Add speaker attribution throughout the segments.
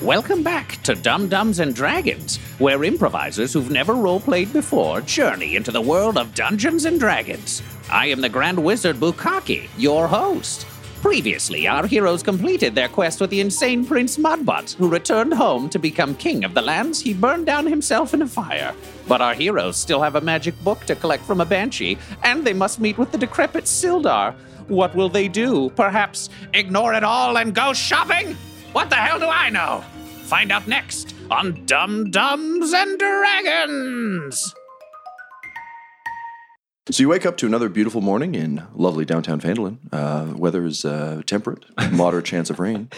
Speaker 1: Welcome back to Dum Dums and Dragons, where improvisers who've never roleplayed before journey into the world of Dungeons and Dragons. I am the Grand Wizard Bukaki, your host. Previously, our heroes completed their quest with the insane Prince Mudbutt, who returned home to become king of the lands he burned down himself in a fire. But our heroes still have a magic book to collect from a banshee, and they must meet with the decrepit Sildar. What will they do? Perhaps ignore it all and go shopping? What the hell do I know? Find out next on Dum Dums and Dragons!
Speaker 2: So you wake up to another beautiful morning in lovely downtown Fandolin. Uh, weather is uh, temperate, moderate chance of rain,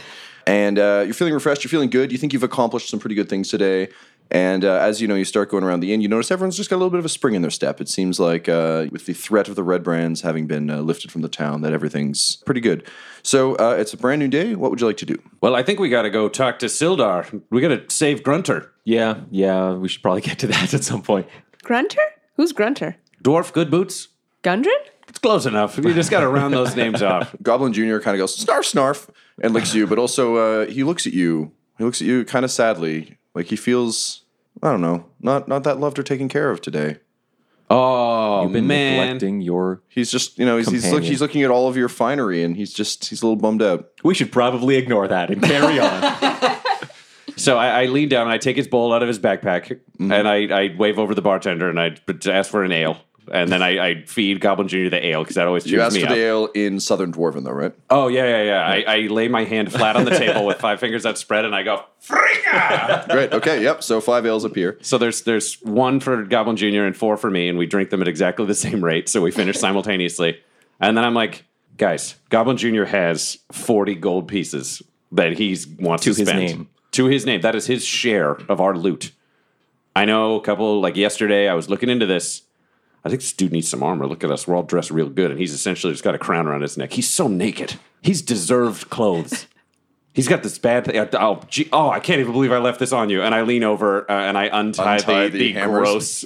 Speaker 2: and uh, you're feeling refreshed. You're feeling good. You think you've accomplished some pretty good things today. And uh, as you know, you start going around the inn. You notice everyone's just got a little bit of a spring in their step. It seems like uh, with the threat of the red brands having been uh, lifted from the town, that everything's pretty good. So uh, it's a brand new day. What would you like to do?
Speaker 3: Well, I think we gotta go talk to Sildar. We gotta save Grunter.
Speaker 4: Yeah, yeah, we should probably get to that at some point.
Speaker 5: Grunter? Who's Grunter?
Speaker 3: Dwarf Good Boots?
Speaker 5: Gundren?
Speaker 3: It's close enough. We just gotta round those names off.
Speaker 2: Goblin Junior kind of goes snarf snarf and licks you, but also uh, he looks at you. He looks at you kind of sadly, like he feels I don't know, not not that loved or taken care of today.
Speaker 3: Oh,
Speaker 4: You've been
Speaker 3: man.
Speaker 4: neglecting your.
Speaker 2: He's just you know he's he's, look,
Speaker 4: Companion.
Speaker 2: he's looking at all of your finery and he's just he's a little bummed out.
Speaker 4: We should probably ignore that and carry on.
Speaker 3: So I, I lean down and I take his bowl out of his backpack
Speaker 4: Mm-hmm.
Speaker 3: and I, I wave over the bartender and I ask for an ale. And then I, I feed Goblin Jr. the ale because that always
Speaker 2: You
Speaker 3: cheers
Speaker 2: asked
Speaker 3: me
Speaker 2: for
Speaker 3: up.
Speaker 2: the ale in Southern Dwarven though, right?
Speaker 3: Oh, yeah, yeah, yeah. I, I lay my hand flat on the table with five fingers outspread and I go, Frika!
Speaker 2: Great. Okay. Yep. So five ales appear.
Speaker 3: So there's there's one for Goblin Jr. and four for me, and we drink them at exactly the same rate, so we finish simultaneously. And then I'm like, guys, Goblin Jr. has 40 gold pieces that he wants to,
Speaker 4: To his
Speaker 3: spend.
Speaker 4: name.
Speaker 3: To his name. That is his share of our loot. I know a couple, like yesterday, I was looking into this. I think this dude needs some armor. Look at us. We're all dressed real good, and he's essentially just got a crown around his neck. He's so naked. He's deserved clothes. He's got this bad thing. Oh, gee, oh, I can't even believe I left this on you. And I lean over uh, and I untie,
Speaker 2: Untie
Speaker 3: the,
Speaker 2: the
Speaker 3: the,
Speaker 2: hammers.
Speaker 3: gross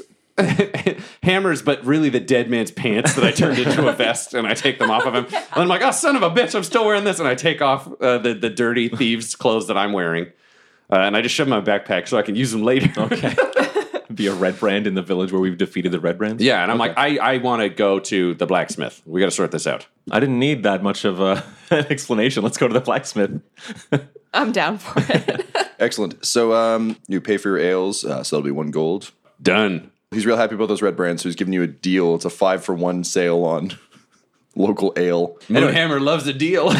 Speaker 3: hammers, but really the dead man's pants that I turned into a vest and I take them off of him. And I'm like, oh, son of a bitch, I'm still wearing this. And I take off uh, the, the dirty thieves' clothes that I'm wearing. Uh, and I just shove 'em in my backpack so I can use them later.
Speaker 4: okay. Be a red brand in the village where we've defeated the red brands.
Speaker 3: Yeah, and I'm like, I, I want to go to the blacksmith. We got to sort this out.
Speaker 4: I didn't need that much of a, an explanation. Let's go to the blacksmith.
Speaker 5: I'm down for it.
Speaker 2: Excellent. So um, you pay for your ales. Uh, so that'll be one gold.
Speaker 3: Done.
Speaker 2: He's real happy about those red brands. So he's giving you a deal. It's a five for one sale on local ale.
Speaker 3: Anyway. Hammer loves a deal.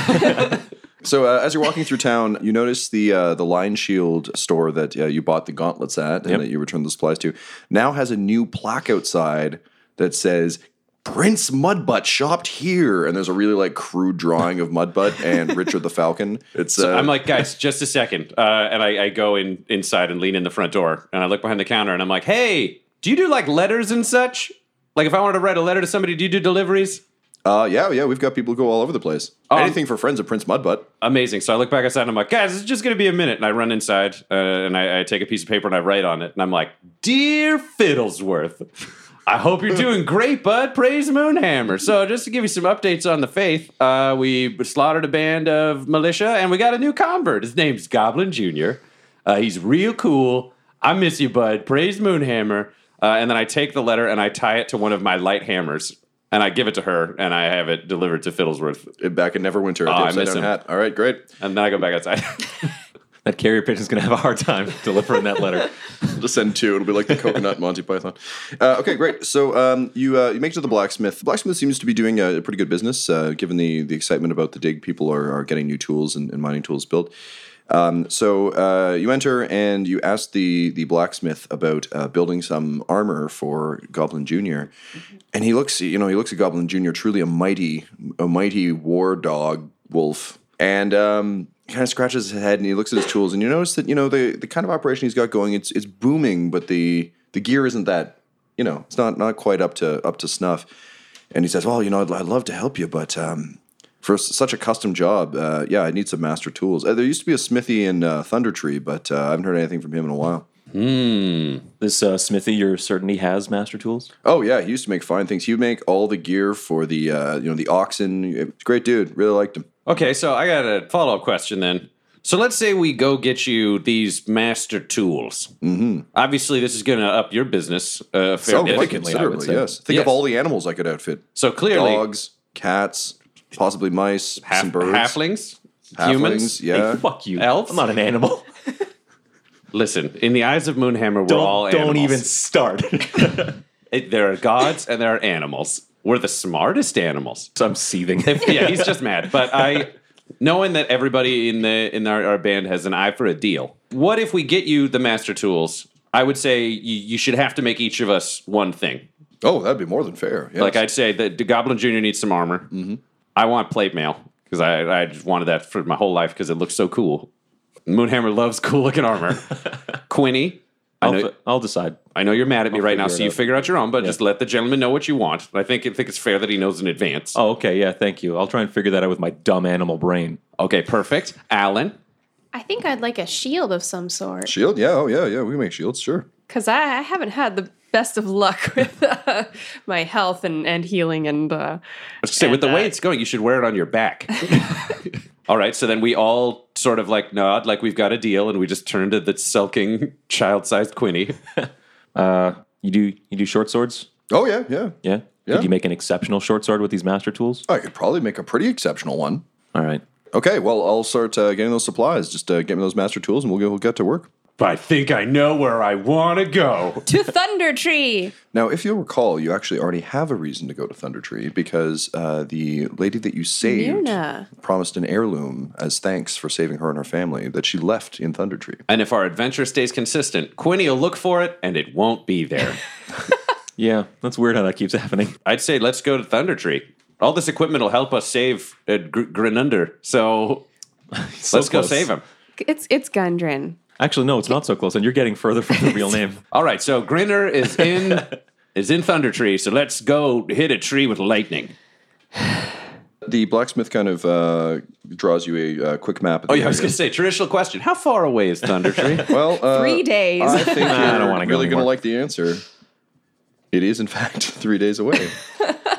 Speaker 2: So uh, as you're walking through town, you notice the uh, the Lion Shield store that uh, you bought the gauntlets at and that you returned the supplies to now has a new plaque outside that says. Prince Mudbutt shopped here, and there's a really like crude drawing of Mudbutt and Richard the Falcon. It's uh,
Speaker 3: I'm like, guys, just a second. Uh, and I, I go in inside and lean in the front door, and I look behind the counter, and I'm like, hey, do you do like letters and such? Like, if I wanted to write a letter to somebody, do you do deliveries?
Speaker 2: Uh, yeah, yeah, we've got people who go all over the place.
Speaker 3: Um,
Speaker 2: Anything for friends of Prince Mudbutt.
Speaker 3: Amazing. So I look back outside and I'm like, guys, it's just going to be a minute. And I run inside uh, and I, I take a piece of paper and I write on it. And I'm like, Dear Fiddlesworth, I hope you're doing great, bud. Praise Moonhammer. So just to give you some updates on the faith, uh, we slaughtered a band of militia and we got a new convert. His name's Goblin Jr. Uh, he's real cool. I miss you, bud. Praise Moonhammer. Uh, and then I take the letter and I tie it to one of my light hammers and I give it to her and I have it delivered to Fiddlesworth.
Speaker 2: Back in Neverwinter. at the
Speaker 3: Oh, I
Speaker 2: Upside
Speaker 3: miss
Speaker 2: Down
Speaker 3: him.
Speaker 2: Hat. All right, great.
Speaker 3: And then I go back outside.
Speaker 4: That carrier pigeon's going to have a hard time delivering that letter.
Speaker 2: We'll just send two. It'll be like the coconut Monty Python. Uh, okay, great. So um, you uh, you make it to the blacksmith. The blacksmith seems to be doing a, pretty good business, uh, given the the excitement about the dig. People are, are getting new tools and, and mining tools built. Um, so uh, you enter and you ask the the blacksmith about uh, building some armor for Goblin Junior, and he looks you know he looks at Goblin Junior truly a mighty a mighty war dog wolf, and um, kind of scratches his head and he looks at his tools and you notice that you know the the kind of operation he's got going it's it's booming but the the gear isn't that you know it's not not quite up to up to snuff, and he says well you know I'd, I'd love to help you but um, for s- such a custom job, uh, yeah, I need some master tools. Uh, there used to be a smithy in uh, Thunder Tree, but uh, I haven't heard anything from him in a while.
Speaker 4: This uh, smithy, your certainty has master tools.
Speaker 2: Oh yeah, he used to make fine things. He would make all the gear for the uh, you know the oxen. Great dude, really liked him.
Speaker 3: okay, so I got a follow up question then. So let's say we go get you these master tools. Mm-hmm. Obviously, this is going to up your business uh, a fair
Speaker 2: So
Speaker 3: bit.
Speaker 2: Oh, quite considerably,
Speaker 4: say.
Speaker 2: yes. Think
Speaker 3: Yes.
Speaker 2: of all the animals I could outfit:
Speaker 3: So clearly,
Speaker 2: dogs, cats, possibly mice,
Speaker 3: half-
Speaker 2: some birds,
Speaker 3: halflings,
Speaker 2: halflings,
Speaker 3: humans.
Speaker 2: Yeah,
Speaker 4: Fuck you.
Speaker 3: Elf?
Speaker 4: I'm not an animal.
Speaker 3: Listen, in the eyes of Moonhammer, we're
Speaker 4: Don't,
Speaker 3: all
Speaker 4: don't
Speaker 3: animals.
Speaker 4: even start.
Speaker 3: It- there are gods and there are animals. We're the smartest animals.
Speaker 4: I'm seething.
Speaker 3: yeah, he's just mad. But I, knowing that everybody in the in our, our band has an eye for a deal, what if we get you the master tools? I would say you, you should have to make each of us one thing.
Speaker 2: Oh, that'd be more than fair. yes.
Speaker 3: Like I'd say that the Goblin Junior needs some armor.
Speaker 4: Mm-hmm.
Speaker 3: I want plate mail because I I just wanted that for my whole life because it looks so cool. Moonhammer loves cool looking armor. Quinny. I know,
Speaker 4: I'll, I'll decide.
Speaker 3: I know you're mad at me right now,
Speaker 4: figure
Speaker 3: so
Speaker 4: it
Speaker 3: you
Speaker 4: out.
Speaker 3: figure out your own. But just let the gentleman know what you want. I think I think it's fair that he knows in advance.
Speaker 4: Oh, okay. Yeah, thank you. I'll try and figure that out with my dumb animal brain.
Speaker 3: Okay, perfect. Alan,
Speaker 6: I think I'd like a shield of some sort
Speaker 2: shield. Yeah, oh yeah, yeah. We can make shields, sure.
Speaker 5: Because I, I haven't had the best of luck with uh, my health and, and healing and uh,
Speaker 3: Say with the
Speaker 5: And,
Speaker 3: way
Speaker 5: uh,
Speaker 3: it's going, you should wear it on your back. all right, so then we all sort of like nod, like we've got a deal, and we just turn to the sulking child-sized Quinny.
Speaker 4: Uh, You do you do short swords?
Speaker 2: Oh yeah, yeah,
Speaker 4: Yeah.
Speaker 2: Yeah.
Speaker 4: Could you make an exceptional short sword with these master tools?
Speaker 2: I could probably make a pretty exceptional one.
Speaker 4: All right.
Speaker 2: Okay, well, I'll start uh, getting those supplies. Just uh, get me those master tools, and we'll go. We'll get to work.
Speaker 3: I think I know where I want to go.
Speaker 5: to Thunder Tree.
Speaker 2: Now, if you'll recall, you actually already have a reason to go to Thunder Tree because uh, the lady that you saved
Speaker 5: Myrna.
Speaker 2: promised an heirloom as thanks for saving her and her family that she left in Thunder Tree.
Speaker 3: And if our adventure stays consistent, Quinny will look for it, and it won't be there.
Speaker 4: Yeah, that's weird how that keeps happening.
Speaker 3: I'd say let's go to Thunder Tree. All this equipment will help us save uh, Gr- Grenunder, so
Speaker 4: So
Speaker 3: let's go
Speaker 4: close.
Speaker 3: save him.
Speaker 5: It's it's Gundren.
Speaker 4: Actually, no, it's not so close, and you're getting further from the real name.
Speaker 3: All right, so Grinner is in is in Thunder Tree, so let's go hit a tree with lightning.
Speaker 2: The blacksmith kind of uh, draws you a uh, quick map. Of the
Speaker 3: Oh yeah, I was
Speaker 2: area.
Speaker 3: gonna say traditional question. How far away is Thunder Tree?
Speaker 2: Well, uh,
Speaker 5: Three days.
Speaker 2: I think you're
Speaker 4: I don't wanna go
Speaker 2: really going to
Speaker 4: anymore.
Speaker 2: like the answer. It is, in fact, three days away.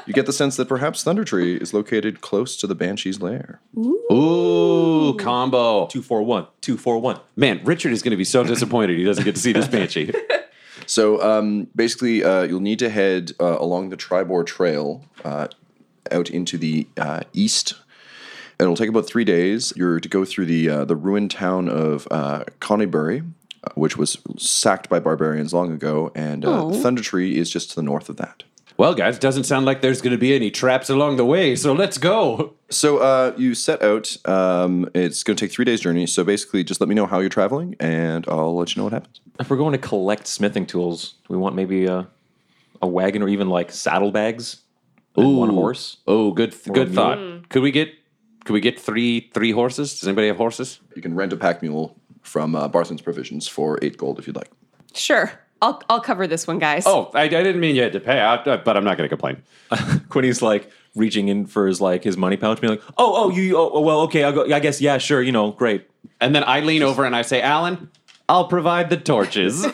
Speaker 2: you get the sense that perhaps Thunder Tree is located close to the Banshee's lair.
Speaker 3: Ooh, combo.
Speaker 4: Two four one, two four one.
Speaker 3: Man, Richard is gonna be so disappointed he doesn't get to see this banshee.
Speaker 2: So um, basically, uh, you'll need to head uh, along the Tribor Trail uh, out into the uh, east. And It'll take about three days. You're to go through the uh, the ruined town of uh, Conybury, uh, which was sacked by barbarians long ago, and uh, Thunder Tree is just to the north of that.
Speaker 3: Well, guys, doesn't sound like there's gonna be any traps along the way, so let's go.
Speaker 2: So uh, you set out. Um, it's going to take three days journey. So basically, just let me know how you're traveling, and I'll let you know what happens.
Speaker 4: If we're going to collect smithing tools, do we want maybe a, a wagon or even like saddlebags and one horse.
Speaker 3: Oh, good good
Speaker 4: mule.
Speaker 3: thought. Could we get could we get three three horses? Does anybody have horses?
Speaker 2: You can rent a pack mule from uh, Barthen's Provisions for eight gold if you'd like.
Speaker 5: Sure. I'll I'll cover this one, guys.
Speaker 3: Oh, I, I didn't mean you had to pay, I, I- but I'm not gonna complain.
Speaker 4: Quinny's like, reaching in for his like his money pouch, being like, "Oh, oh, you, oh, oh, well, okay, I'll go. I guess, yeah, sure, you know, great.
Speaker 3: And then I lean over and I say, Alan, I'll provide the torches.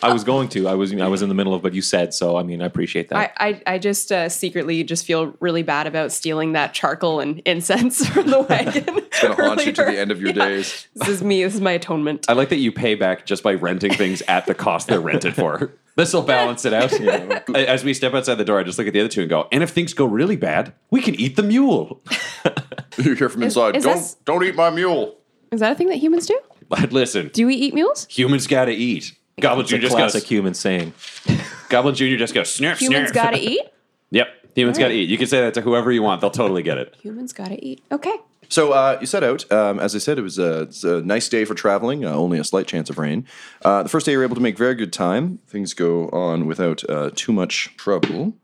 Speaker 4: I was going to. I was, I was in the middle of, but you said so. I mean, I appreciate that.
Speaker 5: I, I, I just uh, secretly just feel really bad about stealing that charcoal and incense from the wagon. it's
Speaker 2: gonna haunt you to the end of your days.
Speaker 5: This is me. This is my atonement.
Speaker 3: I like that you pay back just by renting things at the cost they're rented for. This will balance it out. A- As we step outside the door, I just look at the other two and go, and if things go really bad, we can eat the mule.
Speaker 2: You hear from inside.
Speaker 5: is
Speaker 2: don't
Speaker 5: this-
Speaker 2: don't eat my mule.
Speaker 5: Is that a thing that humans do?
Speaker 3: But listen,
Speaker 5: Do we eat mules?
Speaker 3: humans gotta eat. Goblin
Speaker 4: It's a
Speaker 3: Jr. just
Speaker 4: classic
Speaker 3: goes,
Speaker 4: human saying.
Speaker 3: Goblin Jr. just goes, snurf,
Speaker 5: Humans
Speaker 3: snurf.
Speaker 5: gotta eat.
Speaker 3: Yep. Humans gotta eat. You can say that to whoever you want. They'll totally get it.
Speaker 5: Humans gotta eat. Okay.
Speaker 2: So uh, you set out. Um, as I said, it was a, it's a nice day for traveling. Uh, only a slight chance of rain. Uh, the first day, you're able to make very good time. Things go on without uh, too much trouble.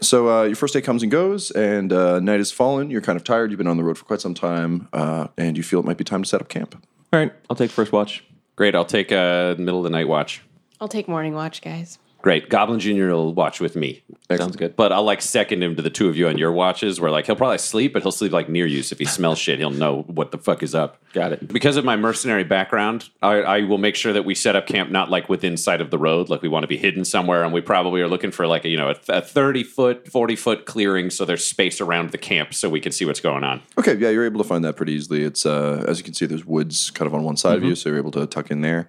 Speaker 2: So uh, your first day comes and goes, and uh, night has fallen. You're kind of tired. You've been on the road for quite some time, uh, and you feel it might be time to set up camp.
Speaker 4: All right, I'll take first watch.
Speaker 3: Great. I'll take uh, middle of the night watch.
Speaker 5: I'll take morning watch, guys.
Speaker 3: Great. Goblin Jr. will watch with me.
Speaker 4: Sounds good.
Speaker 3: But I'll like second him to the two of you on your watches where like he'll probably sleep, but he'll sleep like near you. So if he smells shit, he'll know what the fuck is up.
Speaker 4: Got it.
Speaker 3: Because of my mercenary background, I, I will make sure that we set up camp not like within sight of the road. Like we want to be hidden somewhere. And we probably are looking for like, a, you know, a, th- a 30 foot, 40 foot clearing. So there's space around the camp so we can see what's going on.
Speaker 2: Okay, yeah, you're able to find that pretty easily. It's uh, as you can see, there's woods kind of on one side
Speaker 4: Mm-hmm.
Speaker 2: of you, so you're able to tuck in there.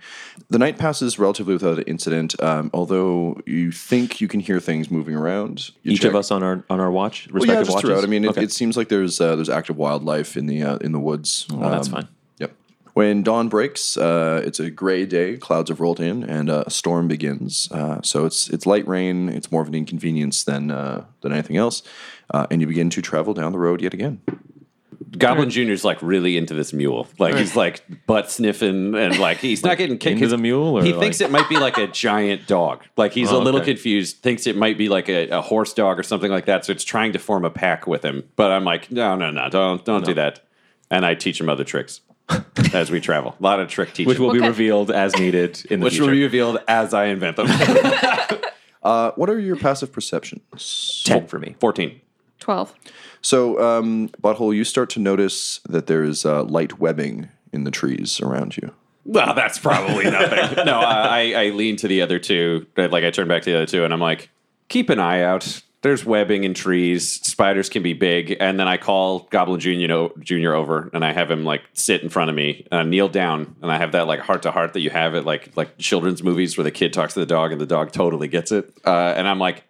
Speaker 2: The night passes relatively without incident, um, although you think you can hear things moving around. You
Speaker 4: Each
Speaker 2: check-
Speaker 4: of us on our on our watch,
Speaker 2: well, yeah,
Speaker 4: respective
Speaker 2: just
Speaker 4: watches.
Speaker 2: throughout. I mean, it,
Speaker 4: Okay.
Speaker 2: it seems like there's uh, there's active wildlife in the uh, in the woods.
Speaker 4: well, Oh, that's
Speaker 2: Um,
Speaker 4: fine.
Speaker 2: Yep. When dawn breaks, uh, it's a gray day. Clouds have rolled in, and uh, a storm begins. Uh, so it's it's light rain. It's more of an inconvenience than uh, than anything else, uh, and you begin to travel down the road yet again.
Speaker 3: Goblin Jr.'s like really into this mule. Like he's like butt sniffing and like he's not getting kicked.
Speaker 4: into the mule or,
Speaker 3: he
Speaker 4: like-
Speaker 3: thinks it might be like a giant dog. Like he's a
Speaker 4: Oh,
Speaker 3: little
Speaker 4: okay.
Speaker 3: confused. Thinks it might be like a, a horse dog or something like that. So it's trying to form a pack with him. But I'm like, no, no, no, don't, don't do that. And I teach him other tricks as we travel. A lot of trick teaching,
Speaker 4: Which will be
Speaker 6: Okay.
Speaker 4: revealed as needed in the
Speaker 3: which will
Speaker 4: future.
Speaker 3: be revealed as I invent them.
Speaker 2: Uh, what are your passive perceptions?
Speaker 4: Ten for me.
Speaker 3: Fourteen.
Speaker 5: Twelve.
Speaker 2: So, um, Butthole, you start to notice that there is uh, light webbing in the trees around you.
Speaker 3: Well, that's probably nothing. no, I, I, I lean to the other two. Like I turn back to the other two, and I'm like, keep an eye out. There's webbing in trees. Spiders can be big. And then I call Goblin Junior o- Junior over, and I have him like sit in front of me, and I kneel down, and I have that like heart to heart that you have at like like children's movies where the kid talks to the dog, and the dog totally gets it. Uh, and I'm like,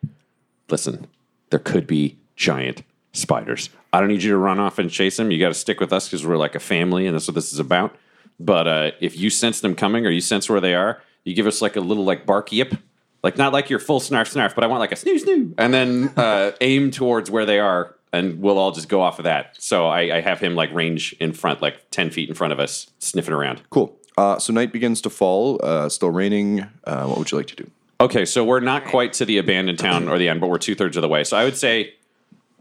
Speaker 3: listen, there could be giant spiders. I don't need you to run off and chase them. You got to stick with us because we're like a family, and that's what this is about. But uh, if you sense them coming or you sense where they are, you give us like a little like bark yip, like not like your full snarf snarf, but I want like a snoo snoo, and then uh, aim towards where they are, and we'll all just go off of that. So I, I have him like range in front, like ten feet in front of us, sniffing around.
Speaker 2: Cool. Uh, so, night begins to fall, uh, still raining. Uh, what would you like to do?
Speaker 3: Okay, so we're not quite to the abandoned town or the end, but we're two thirds of the way. So I would say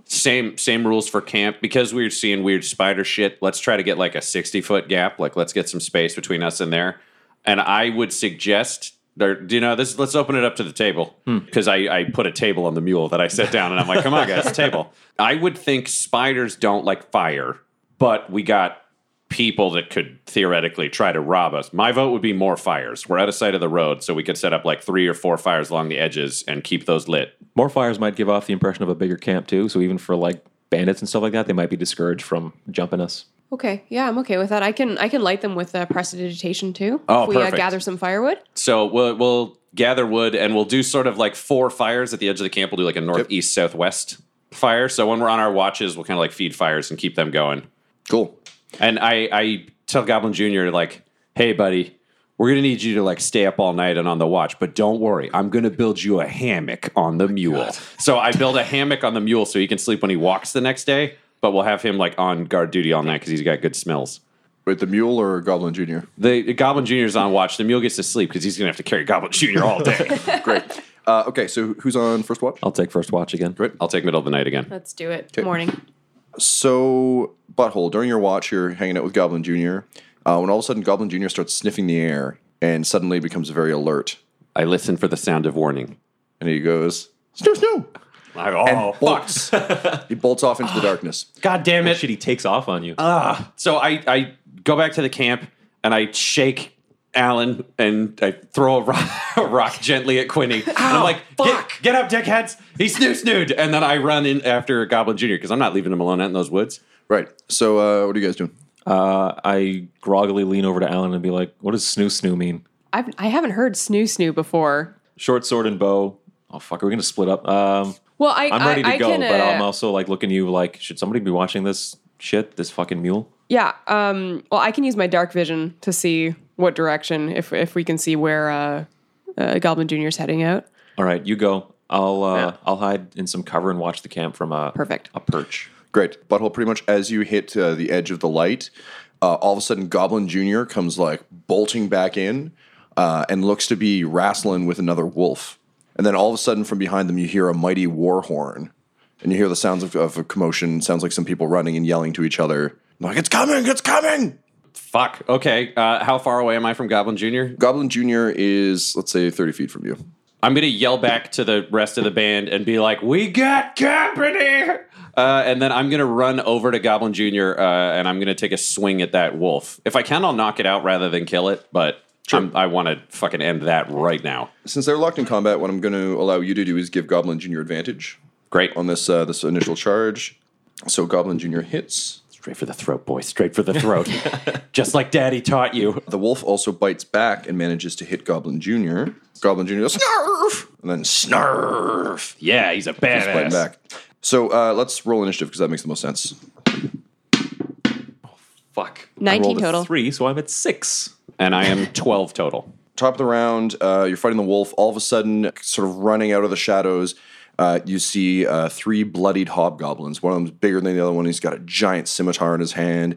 Speaker 3: same same rules for camp because we're seeing weird spider shit. Let's try to get like a sixty foot gap. Like let's get some space between us and there. And I would suggest. Or, do you know this? Let's open it up to the table because I, I put a table on the mule that I set down, and I'm like, "Come on, guys, table." I would think spiders don't like fire, but we got people that could theoretically try to rob us. My vote would be more fires. We're out of sight of the road, so we could set up like three or four fires along the edges and keep those lit.
Speaker 4: More fires might give off the impression of a bigger camp too. So even for like bandits and stuff like that, they might be discouraged from jumping us.
Speaker 5: Okay. Yeah, I'm okay with that. I can I can light them with uh, prestidigitation too.
Speaker 3: Oh,
Speaker 5: if we
Speaker 3: perfect.
Speaker 5: Uh, gather some firewood.
Speaker 3: So we'll, we'll gather wood and we'll do sort of like four fires at the edge of the camp. We'll do like a northeast southwest fire. So when we're on our watches, we'll kind of like feed fires and keep them going.
Speaker 2: Cool.
Speaker 3: And I, I tell Goblin Junior like, "Hey, buddy, we're gonna need you to like stay up all night and on the watch, but don't worry, I'm gonna build you a hammock on the mule." So I build a hammock on the mule so he can sleep when he walks the next day. But we'll have him like on guard duty all night because he's got good smells.
Speaker 2: Wait, the mule or Goblin Jr.?
Speaker 3: The Goblin Junior's on watch. The mule gets to sleep because he's gonna have to carry Goblin Junior all day.
Speaker 2: Great. Uh, okay, so who's on first watch?
Speaker 4: I'll take first watch again.
Speaker 3: I'll take middle of the night again.
Speaker 5: Let's do it. Morning.
Speaker 2: So, Butthole, during your watch, you're hanging out with Goblin Jr. Uh, when all of a sudden, Goblin Jr. starts sniffing the air and suddenly becomes very alert.
Speaker 3: I listen for the sound of warning.
Speaker 2: And he goes, Snoo, snoo.
Speaker 3: Like, oh, fuck.
Speaker 2: bolts. he bolts off into the darkness.
Speaker 4: God damn it! Shit, he takes off on you.
Speaker 3: So I, I go back to the camp and I shake Alan and I throw a rock, a rock gently at Quinny. and I'm like,
Speaker 2: fuck.
Speaker 3: Get, get up, dickheads. He's snoo snood. And then I run in after Goblin Jr. because I'm not leaving him alone out in those woods.
Speaker 2: Right. So uh, what are you guys doing?
Speaker 4: Uh, I groggily lean over to Alan and be like, "What does snoo snoo mean?"
Speaker 5: I've, I haven't heard snoo snoo before.
Speaker 4: Short sword and bow. Oh fuck, are we gonna split up? Um,
Speaker 5: Well, I
Speaker 4: I'm ready to
Speaker 5: I, I
Speaker 4: go,
Speaker 5: can,
Speaker 4: but
Speaker 5: uh,
Speaker 4: I'm also like looking at you like, should somebody be watching this shit? This fucking mule.
Speaker 5: Yeah. Um, well, I can use my dark vision to see what direction, if if we can see where uh, uh, Goblin Junior's heading out.
Speaker 4: All right, you go. I'll uh, I'll hide in some cover and watch the camp from a
Speaker 5: Perfect.
Speaker 4: a perch.
Speaker 2: Great. Butthole, pretty much as you hit uh, the edge of the light, uh, all of a sudden Goblin Jr. comes like bolting back in uh, and looks to be wrestling with another wolf. And then all of a sudden from behind them, you hear a mighty war horn. And you hear the sounds of, of a commotion. Sounds like some people running and yelling to each other. Like, it's coming, it's coming.
Speaker 3: Fuck. Okay. Uh, how far away am I from Goblin Jr.?
Speaker 2: Goblin Jr. is, let's say, 30 feet from you.
Speaker 3: I'm gonna yell back to the rest of the band and be like, "We got company!" Uh, and then I'm gonna run over to Goblin Junior uh, and I'm gonna take a swing at that wolf. If I can, I'll knock it out rather than kill it. But I'm, I want to fucking end that right now.
Speaker 2: Since they're locked in combat, what I'm going to allow you to do is give Goblin Jr. advantage
Speaker 3: Great.
Speaker 2: on this uh, this initial charge. So Goblin Jr. hits.
Speaker 3: Straight for the throat, boy. Straight for the throat. Just like Daddy taught you.
Speaker 2: The wolf also bites back and manages to hit Goblin Jr. Goblin Jr. goes, snarf! And then snarf!
Speaker 3: Yeah, he's a badass.
Speaker 2: Biting back. So uh, let's roll initiative because that makes the most sense.
Speaker 4: Fuck. I
Speaker 5: 19
Speaker 4: rolled a
Speaker 5: total.
Speaker 4: three, so I'm at six.
Speaker 3: And I am 12 total.
Speaker 2: Top of the round, uh, you're fighting the wolf. All of a sudden, sort of running out of the shadows, uh, you see uh, three bloodied hobgoblins. One of them's bigger than the other one. He's got a giant scimitar in his hand.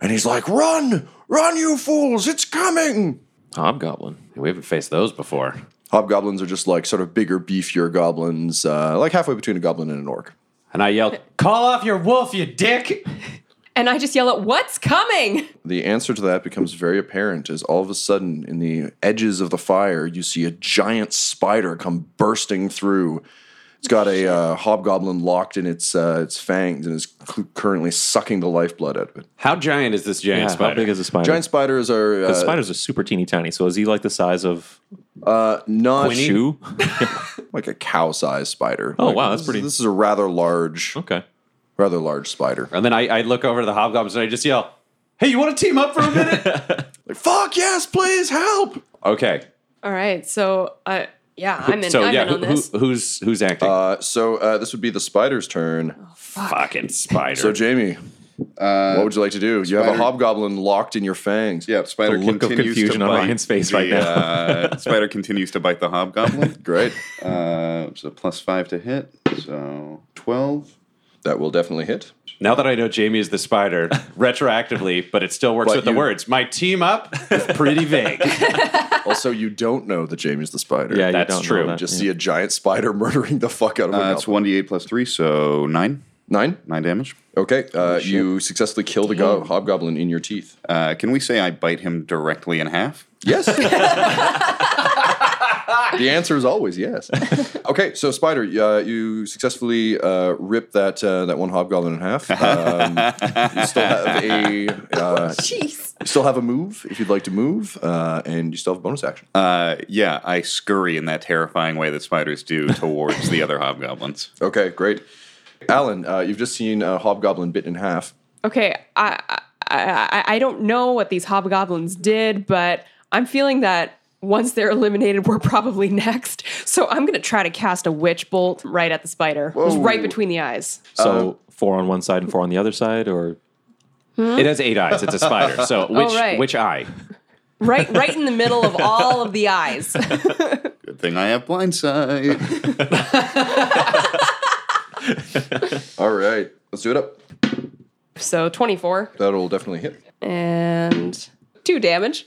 Speaker 2: And he's like, run! Run, you fools! It's coming!
Speaker 4: Hobgoblin.
Speaker 3: We haven't faced those before.
Speaker 2: Hobgoblins are just like sort of bigger, beefier goblins, uh, like halfway between a goblin and an orc.
Speaker 3: And I yelled, "Call off your wolf, you dick!"
Speaker 5: And I just yell out, "What's coming?"
Speaker 2: The answer to that becomes very apparent as all of a sudden, in the edges of the fire, you see a giant spider come bursting through. It's got a uh, hobgoblin locked in its uh, its fangs and is c- currently sucking the lifeblood out of it.
Speaker 3: How giant is this giant
Speaker 4: Yeah,
Speaker 3: spider?
Speaker 4: How big is a spider?
Speaker 2: Giant spiders are uh,
Speaker 4: spiders are super teeny tiny. So is he like the size of
Speaker 2: uh, not
Speaker 4: a shoe?
Speaker 2: like a cow sized spider.
Speaker 4: Oh,
Speaker 2: Like,
Speaker 4: wow,
Speaker 2: this
Speaker 4: that's
Speaker 2: is-
Speaker 4: pretty-
Speaker 2: This is a rather large,
Speaker 4: okay.
Speaker 2: rather large spider.
Speaker 3: And then I, I look over to the hobgoblins and I just yell, "Hey, you want to team up for a minute?"
Speaker 2: Like, fuck yes, please help!
Speaker 3: okay.
Speaker 5: All right. So, uh, yeah, I'm in.
Speaker 3: so
Speaker 5: I'm
Speaker 3: yeah,
Speaker 5: in on
Speaker 3: who, who-
Speaker 5: this.
Speaker 3: who's who's acting?
Speaker 2: Uh, so uh, this would be the spider's turn.
Speaker 3: Fucking spider.
Speaker 2: So Jamie, what would you like to do? You have a
Speaker 7: Uh, spider-
Speaker 2: hobgoblin locked in your fangs.
Speaker 7: Yeah, spider
Speaker 4: The look of
Speaker 7: continues
Speaker 4: confusion
Speaker 7: to
Speaker 4: on
Speaker 7: bite
Speaker 4: Ryan's face
Speaker 7: the,
Speaker 4: right now.
Speaker 7: uh, spider continues to bite the hobgoblin.
Speaker 2: Great.
Speaker 7: Uh, it's a plus five to hit, so twelve.
Speaker 2: That will definitely hit.
Speaker 3: now that I know Jamie is the spider, retroactively, but it still works
Speaker 2: But
Speaker 3: with the
Speaker 2: you-
Speaker 3: words. My team up is pretty vague.
Speaker 2: Also, you don't know that Jamie's the spider.
Speaker 4: Yeah, you
Speaker 3: That's
Speaker 4: don't know
Speaker 3: true.
Speaker 4: that,
Speaker 2: Just
Speaker 4: yeah.
Speaker 2: see a giant spider murdering the fuck out of a
Speaker 7: Uh, it's
Speaker 2: goblin.
Speaker 7: one d eight plus three, so nine.
Speaker 2: Nine.
Speaker 7: Nine damage.
Speaker 2: Okay. Uh, you successfully kill the go- hobgoblin in your teeth.
Speaker 7: Uh, can we say I bite him directly in half?
Speaker 2: Yes. the answer is always yes. Okay, so spider, uh, you successfully uh, rip that uh, that one hobgoblin in half. Um, you still have a uh,
Speaker 5: Jeez.
Speaker 2: you still have a move if you'd like to move, uh, and you still have a bonus action.
Speaker 7: Uh, yeah, I scurry in that terrifying way that spiders do towards the other hobgoblins.
Speaker 2: Okay, great. Alan, uh, you've just seen a hobgoblin bit in half.
Speaker 5: Okay. I, I I I don't know what these hobgoblins did, but I'm feeling that once they're eliminated, we're probably next. So I'm gonna try to cast a witch bolt right at the spider, It was right between the eyes.
Speaker 4: So four on one side and four on the other side, or
Speaker 3: it has eight eyes. It's a spider. So which
Speaker 5: Oh, right.
Speaker 3: which eye?
Speaker 5: Right, right in the middle of all of the eyes.
Speaker 7: Good thing I have blind sight.
Speaker 2: All right, let's do it up.
Speaker 5: So 24
Speaker 2: That'll definitely hit.
Speaker 5: and two damage.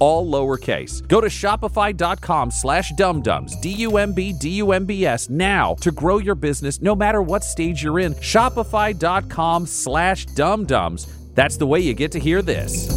Speaker 8: all lowercase. Go to shopify.com slash dumdums, D-U-M-B, D-U-M-B-S now to grow your business no matter what stage you're in. Shopify.com slash dumdums. That's the way you get to hear this.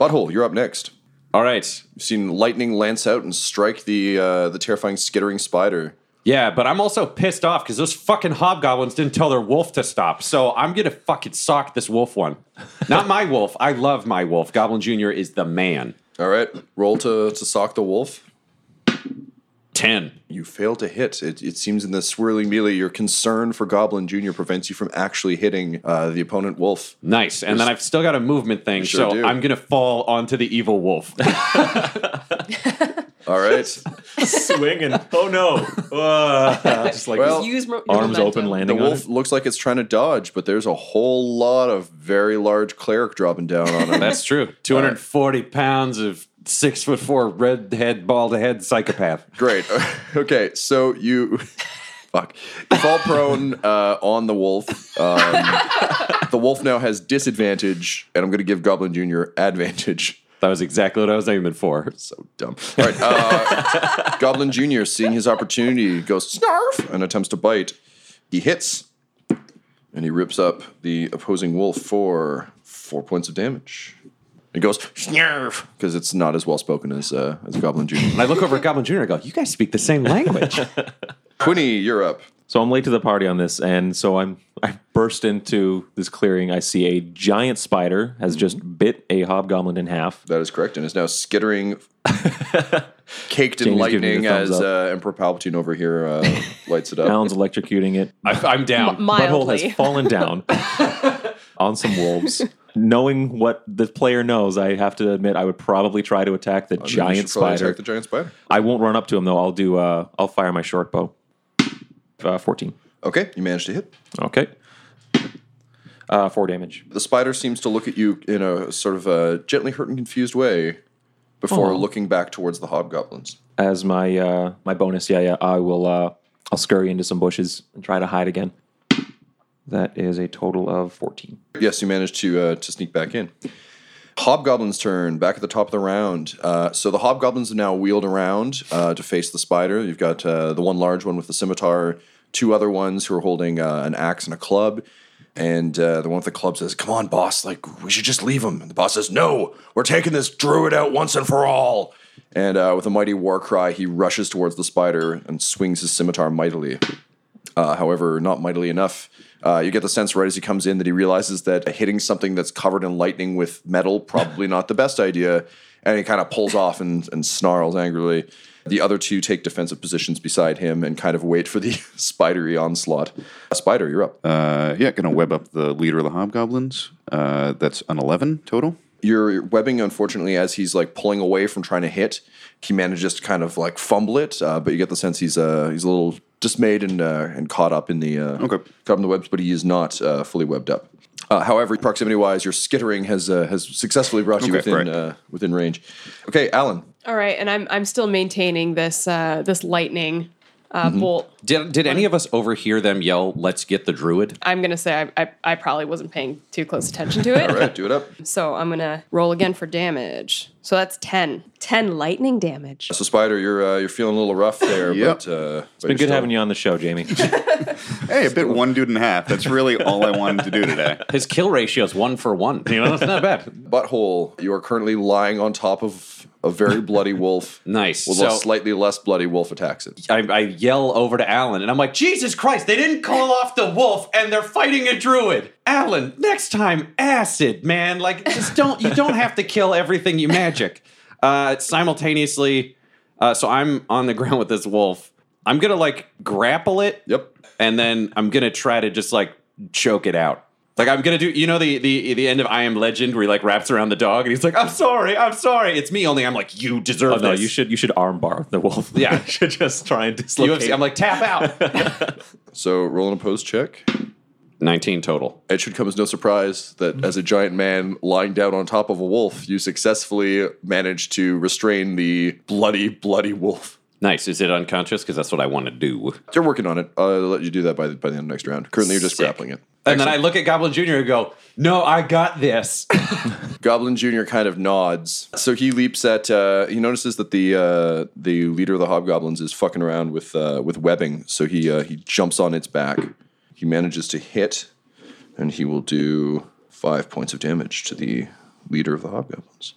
Speaker 2: Butthole, you're up next. All right. You've seen lightning lance out and strike the uh, the terrifying skittering spider.
Speaker 3: Yeah, but I'm also pissed off because those fucking hobgoblins didn't tell their wolf to stop. So I'm gonna fucking sock this wolf one. Not my wolf. I love my wolf. Goblin Junior is the man.
Speaker 2: All right, roll to to sock the wolf.
Speaker 3: Ten.
Speaker 2: You fail to hit. It, it seems in the swirling melee, your concern for Goblin Junior prevents you from actually hitting uh, the opponent wolf.
Speaker 3: Nice. And then I've still got a movement thing,
Speaker 2: You sure
Speaker 3: so
Speaker 2: do.
Speaker 3: I'm gonna fall onto the evil wolf.
Speaker 2: All right.
Speaker 4: Swinging. Oh no. Uh,
Speaker 2: just like Well,
Speaker 4: use arms open, landing.
Speaker 2: the
Speaker 4: on
Speaker 2: wolf looks like it's trying to dodge, but there's a whole lot of very large cleric dropping down on him.
Speaker 3: That's true. 240 pounds of six foot four red head, bald head psychopath.
Speaker 2: Great. Okay, so you fuck. You fall prone uh, on the wolf. Um, the wolf now has disadvantage, and I'm going to give Goblin Junior advantage.
Speaker 3: That was exactly what I was aiming for.
Speaker 2: So dumb. All right, uh, Goblin Junior, seeing his opportunity, goes snarf and attempts to bite. He hits, and he rips up the opposing wolf for four points of damage. It goes snarf because it's not as well spoken as uh, as Goblin Junior. And
Speaker 4: I look over at Goblin Junior. I go, "You guys speak the same language."
Speaker 2: Quinny, you're up.
Speaker 4: So I'm late to the party on this, and so I'm I burst into this clearing. I see a giant spider has
Speaker 2: Mm-hmm.
Speaker 4: just bit a hobgoblin in half.
Speaker 2: That is correct, and is now skittering, caked in
Speaker 4: James giving me
Speaker 2: lightning
Speaker 4: the thumbs
Speaker 2: as
Speaker 4: up.
Speaker 2: uh, Emperor Palpatine over here uh, lights it up.
Speaker 4: Alan's electrocuting it.
Speaker 3: I, I'm down.
Speaker 4: M- Butthole has fallen down on some wolves. Knowing what the player knows, I have to admit I would probably try to attack the
Speaker 2: I mean, we
Speaker 4: giant
Speaker 2: Oh, should probably
Speaker 4: spider.
Speaker 2: Attack the giant spider.
Speaker 4: I won't run up to him though. I'll do. Uh, I'll fire my short bow. Uh, Fourteen.
Speaker 2: Okay, you managed to hit.
Speaker 4: Okay. Uh, four damage.
Speaker 2: The spider seems to look at you in a sort of a gently hurt and confused way before
Speaker 4: Aw.
Speaker 2: looking back towards the hobgoblins.
Speaker 4: As my uh, my bonus, yeah, yeah, I will. Uh, I'll scurry into some bushes and try to hide again. That is a total of fourteen.
Speaker 2: Yes, you managed to uh, to sneak back in. Hobgoblin's turn. Back at the top of the round. Uh, so the hobgoblins have now wheeled around uh, to face the spider. You've got uh, the one large one with the scimitar, two other ones who are holding uh, an axe and a club. And uh, the one with the club says, "Come on, boss! Like we should just leave him." And the boss says, "No, we're taking this druid out once and for all." And uh, with a mighty war cry, he rushes towards the spider and swings his scimitar mightily. Uh, however, not mightily enough. Uh, you get the sense right as he comes in that he realizes that hitting something that's covered in lightning with metal probably not the best idea, and he kind of pulls off and, and snarls angrily. The other two take defensive positions beside him and kind of wait for the spidery onslaught. Spider, you're up.
Speaker 7: Uh, yeah, going to web up the leader of the hobgoblins. Uh, that's an 11 total.
Speaker 2: Your webbing, unfortunately, as he's like pulling away from trying to hit, he manages to kind of like fumble it. Uh, but you get the sense he's uh, he's a little dismayed and uh, and caught up in the uh, caught up in the webs, but he is not uh, fully webbed up. Uh, however, proximity wise, your skittering has uh, has successfully brought you
Speaker 7: Okay,
Speaker 2: within
Speaker 7: right.
Speaker 2: uh, within range. Okay, Alan.
Speaker 5: All right, and I'm I'm still maintaining this uh, this lightning uh,
Speaker 4: Mm-hmm.
Speaker 5: bolt.
Speaker 3: Did, did any of us overhear them yell, let's get the druid?
Speaker 5: I'm gonna say I, I, I probably wasn't paying too close attention to it.
Speaker 2: All right, do it up.
Speaker 5: So I'm gonna roll again for damage. So that's 10. 10 lightning damage.
Speaker 2: So, Spider, you're uh, you're feeling a little rough there,
Speaker 7: Yep.
Speaker 2: but uh,
Speaker 7: been good having
Speaker 4: you on the show, Jamie.
Speaker 7: Hey, I bit one dude in half. That's really all I wanted to do today.
Speaker 3: His kill ratio is one for one. You know, it's not bad.
Speaker 2: Butthole, you are currently lying on top of a very bloody wolf.
Speaker 3: nice.
Speaker 2: Well,
Speaker 3: So-
Speaker 2: a slightly less bloody wolf attacks it.
Speaker 3: I, I yell over to Alan and I'm like, Jesus Christ, they didn't call off the wolf and they're fighting a druid. Alan, next time, acid, man. Like, just don't, you don't have to kill everything you magic. Uh, simultaneously, uh, so I'm on the ground with this wolf. I'm going to like grapple it.
Speaker 2: Yep.
Speaker 3: And then I'm going to try to just like choke it out. Like I'm gonna do, you know the the the end of I Am Legend where he like wraps around the dog and he's like, I'm sorry, I'm sorry, it's me. Only I'm like, you deserve
Speaker 4: Oh no,
Speaker 3: this.
Speaker 4: you should you should armbar the wolf.
Speaker 3: Yeah.
Speaker 4: You should just try and dislocate.
Speaker 3: UFC. I'm like, tap out.
Speaker 2: So roll an opposed check.
Speaker 3: 19 total.
Speaker 2: It should come as no surprise that as a giant man lying down on top of a wolf, you successfully managed to restrain the bloody, bloody wolf.
Speaker 3: Nice. Is it unconscious? Because that's what I want to do.
Speaker 2: You're working on it. I'll let you do that by the, by the end of next round. Currently, you're just grappling it.
Speaker 3: And then I look at Goblin Jr. and go, No, I got this.
Speaker 2: Goblin Junior kind of nods, so he leaps at. Uh, he notices that the uh, the leader of the hobgoblins is fucking around with uh, with webbing, so he uh, he jumps on its back. He manages to hit, and he will do five points of damage to the leader of the hobgoblins.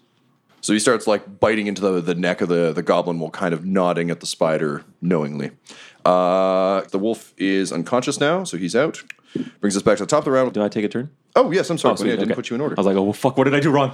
Speaker 2: So he starts like biting into the, the neck of the, the goblin while kind of nodding at the spider knowingly. Uh, the wolf is unconscious now, so he's out. Brings us back to the top of the round.
Speaker 4: Do I take a turn?
Speaker 2: Oh yes, I'm sorry.
Speaker 4: Oh,
Speaker 2: Quinny,
Speaker 4: sweet,
Speaker 2: I didn't
Speaker 4: okay.
Speaker 2: put you in order.
Speaker 4: I was like, oh well, fuck, what did I do wrong?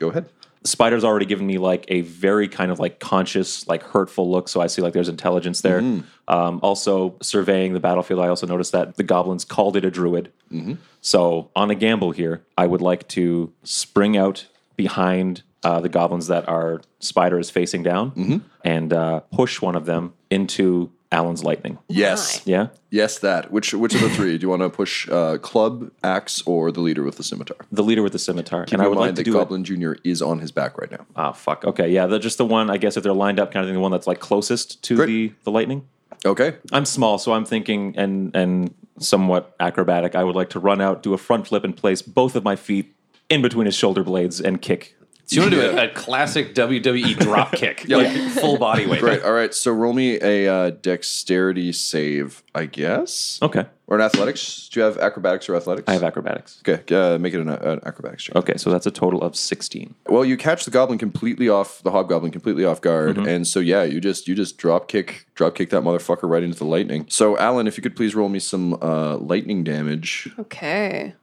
Speaker 2: Go ahead.
Speaker 4: The spider's already given me like a very kind of like conscious, like hurtful look. So I see like there's intelligence there.
Speaker 2: Mm-hmm.
Speaker 4: Um, also surveying the battlefield, I also noticed that the goblins called it a druid.
Speaker 2: Mm-hmm.
Speaker 4: So on a gamble here, I would like to spring out behind uh, the goblins that our spider is facing down
Speaker 2: Mm-hmm.
Speaker 4: and uh, push one of them into Alan's lightning.
Speaker 2: Yes.
Speaker 4: Yeah.
Speaker 2: Yes, that. Which which of the three? Do you want to push uh, club, axe, or the leader with the scimitar?
Speaker 4: The leader with the scimitar.
Speaker 2: Keep
Speaker 4: and
Speaker 2: in
Speaker 4: I would
Speaker 2: mind
Speaker 4: like to
Speaker 2: that
Speaker 4: do it-
Speaker 2: Goblin Junior is on his back right now.
Speaker 4: Ah, fuck. Okay, yeah, they're just the one. I guess if they're lined up, kind of thing, the one that's like closest to the the lightning.
Speaker 2: Okay,
Speaker 4: I'm small, so I'm thinking and and somewhat acrobatic. I would like to run out, do a front flip, and place both of my feet in between his shoulder blades and kick
Speaker 3: So you want to do a, a classic WWE drop kick, like full body weight.
Speaker 2: Right. All right. So roll me a uh, dexterity save, I guess.
Speaker 4: Okay.
Speaker 2: Or an athletics. Do you have acrobatics or athletics?
Speaker 4: I have acrobatics.
Speaker 2: Okay. Uh, make it an, an acrobatics check.
Speaker 4: Okay, so that's a total of 16.
Speaker 2: Well, you catch the goblin completely off the hobgoblin completely off guard,
Speaker 4: Mhm.
Speaker 2: and so yeah, you just you just drop kick drop kick that motherfucker right into the lightning. So Alan, if you could please roll me some uh, lightning damage,
Speaker 5: Okay.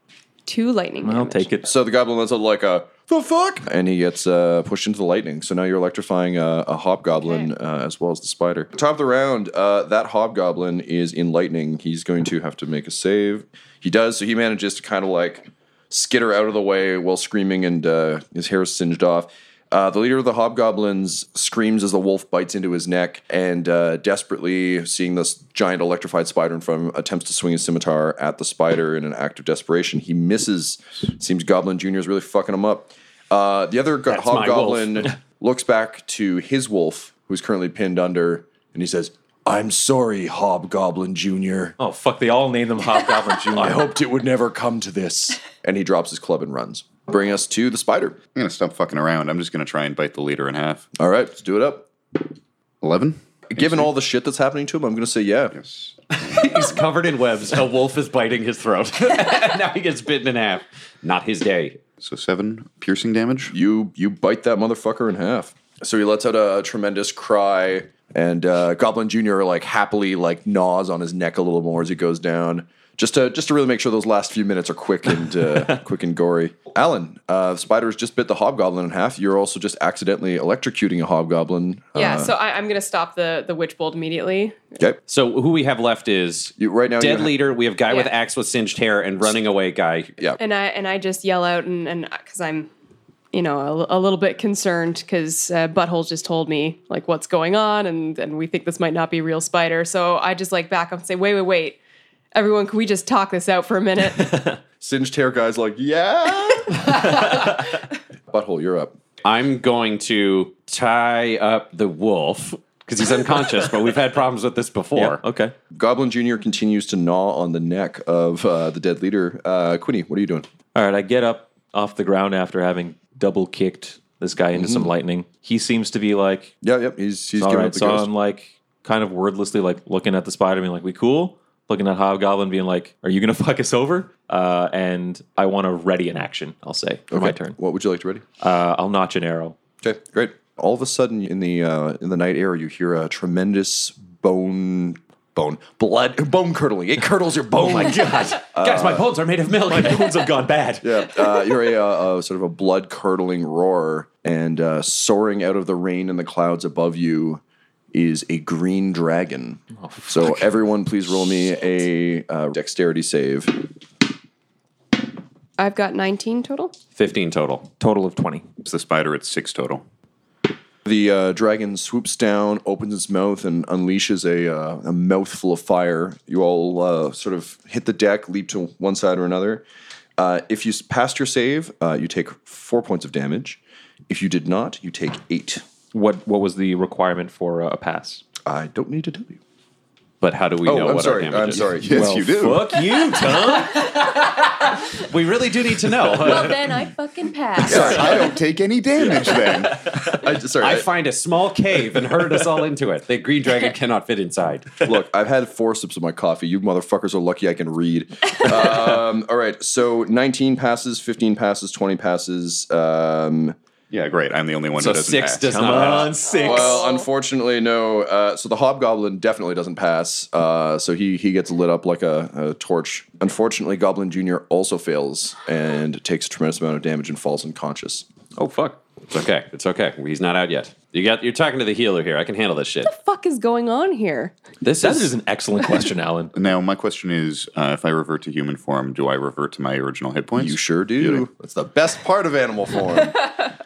Speaker 5: Two lightning
Speaker 2: I'll take it. So the goblin lets out like a the fuck, and he gets uh, pushed into the lightning. So now you're electrifying a, a hobgoblin uh, as well as the spider. Top of the round, uh, that hobgoblin is in lightning. He's going to have to make a save. He does, so he manages to kind of like skitter out of the way while screaming, and uh, his hair is singed off. Uh, the leader of the hobgoblins screams as the wolf bites into his neck, and uh, desperately seeing this giant electrified spider in front of him, attempts to swing his scimitar at the spider in an act of desperation. He misses. Seems Goblin Junior is really fucking him up. Uh, the other go-
Speaker 3: That's my
Speaker 2: hobgoblin
Speaker 3: wolf.
Speaker 2: looks back to his wolf, who's currently pinned under, and he says, "I'm sorry, Hobgoblin Junior.
Speaker 4: Oh fuck! They all name them Hobgoblin Junior.
Speaker 2: I hoped it would never come to this." And he drops his club and runs. Bring us to the spider. I'm
Speaker 7: gonna stop fucking around. I'm just gonna try and bite the leader in half.
Speaker 2: All right, let's do it up.
Speaker 7: Eleven.
Speaker 2: Given all the shit that's happening to him, I'm going to say yeah. Yes.
Speaker 3: He's covered in webs. A wolf is biting his throat. now he gets bitten in half. Not his day.
Speaker 7: So seven piercing damage.
Speaker 2: You you bite that motherfucker in half. So he lets out a tremendous cry, and uh, Goblin Junior like happily like gnaws on his neck a little more as he goes down, just to just to really make sure those last few minutes are quick and uh, quick and gory. Alan, uh, spiders just bit the hobgoblin in half. You're also just accidentally electrocuting a hobgoblin.
Speaker 5: Yeah,
Speaker 2: Uh,
Speaker 5: so I, I'm gonna stop the the witch bolt immediately.
Speaker 2: Okay.
Speaker 3: So who we have left is
Speaker 2: right now
Speaker 3: dead
Speaker 2: you-
Speaker 3: leader. We have guy with
Speaker 5: Yeah.
Speaker 3: axe with singed hair and running away guy.
Speaker 2: Yeah.
Speaker 5: And I and I just yell out and and because I'm, you know, a, a little bit concerned because uh, buttholes just told me like what's going on and and we think this might not be real spider. So I just like back up and say, wait, wait, wait, everyone, can we just talk this out for a minute?
Speaker 2: Singed hair guy's like, yeah. Butthole, you're up.
Speaker 3: I'm going to tie up the wolf because he's unconscious, but we've had problems with this before.
Speaker 2: okay. Goblin Junior continues to gnaw on the neck of uh, the dead leader. Uh, Quinny, what are you doing?
Speaker 4: All right, I get up off the ground after having double kicked this guy into some
Speaker 2: Mhm.
Speaker 4: lightning. He seems to be like,
Speaker 2: yeah, yep. He's he's
Speaker 4: all
Speaker 2: giving up
Speaker 4: right.
Speaker 2: the
Speaker 4: So
Speaker 2: ghost.
Speaker 4: I'm like, kind of wordlessly like looking at the spider, being like, "We cool." Looking at Hobgoblin, being like, "Are you gonna fuck us over?" Uh, and I want to ready an action. I'll say for my
Speaker 2: Okay.
Speaker 4: turn.
Speaker 2: What would you like to ready?
Speaker 4: Uh, I'll notch an arrow.
Speaker 2: Okay, great. All of a sudden, in the uh, in the night air, you hear a tremendous bone bone blood bone curdling. It curdles your Uh, bone.
Speaker 3: Oh my god, guys!
Speaker 4: Uh,
Speaker 3: My bones are made of milk. My bones have gone bad.
Speaker 2: Yeah, uh, you're a, uh, uh sort of a blood curdling roar, and uh, soaring out of the rain and the clouds above you is a green dragon. so everyone, please roll me a uh, dexterity save.
Speaker 5: I've got 19 total.
Speaker 3: 15 total.
Speaker 4: Total of 20.
Speaker 7: It's the spider at six total.
Speaker 2: The uh, dragon swoops down, opens its mouth, and unleashes a, uh, a mouthful of fire. You all uh, sort of hit the deck, leap to one side or another. Uh, if you s- passed your save, uh, you take four points of damage. If you did not, you take eight.
Speaker 4: What What was the requirement for uh, a pass?
Speaker 2: I don't need to tell you.
Speaker 3: But how do we
Speaker 2: Oh,
Speaker 3: know
Speaker 2: I'm
Speaker 3: what
Speaker 2: sorry,
Speaker 3: our damage
Speaker 2: I'm
Speaker 3: is?
Speaker 2: sorry. Yes, Well, you do.
Speaker 3: Fuck you, Tom. we really do need to know.
Speaker 6: well, then I fucking pass.
Speaker 7: don't take any damage then.
Speaker 2: I, sorry,
Speaker 3: I find a small cave and herd us all into it. The green dragon cannot fit inside.
Speaker 2: Look, I've had four sips of my coffee. You motherfuckers are lucky I can read. Um, all right, so 19 passes, 15 passes, 20 passes. Um,
Speaker 7: yeah, great. I'm the only one
Speaker 2: So
Speaker 7: who doesn't
Speaker 2: six
Speaker 7: pass.
Speaker 2: does Come not on, pass.
Speaker 3: six.
Speaker 2: Well, unfortunately, no. Uh, so the hobgoblin definitely doesn't pass. Uh, so he he gets lit up like a, a torch. Unfortunately, Goblin Junior also fails and takes a tremendous amount of damage and falls unconscious.
Speaker 3: Oh fuck! It's okay. It's okay. He's not out yet. You got. You're talking to the healer here. I can handle this shit.
Speaker 5: fuck is going on here?
Speaker 3: This
Speaker 4: That
Speaker 3: is
Speaker 4: is an excellent question, Alan.
Speaker 7: Now, my question is: uh, If I revert to human form, do I revert to my original hit points? You
Speaker 2: sure do. That's the best part of animal form.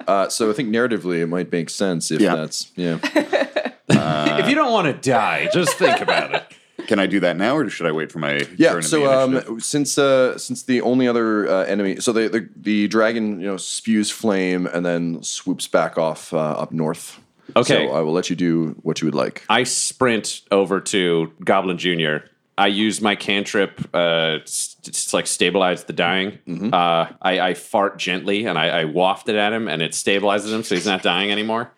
Speaker 2: uh, so I think narratively it might make sense if that's yeah.
Speaker 3: if you don't want to die, just think about it.
Speaker 7: Can I do that now, or should I wait for my
Speaker 2: Yeah.
Speaker 7: turn in
Speaker 2: So
Speaker 7: the initiative?
Speaker 2: um, since uh, since the only other uh, enemy, so the, the the dragon you know spews flame and then swoops back off uh, up north.
Speaker 3: Okay.
Speaker 2: So I will let you do what you would like.
Speaker 3: I sprint over to Goblin Junior.
Speaker 8: I use my cantrip uh, s- s- like stabilize the dying. Uh, I, I fart gently and I, I waft it at him, and it stabilizes him, so he's not dying anymore.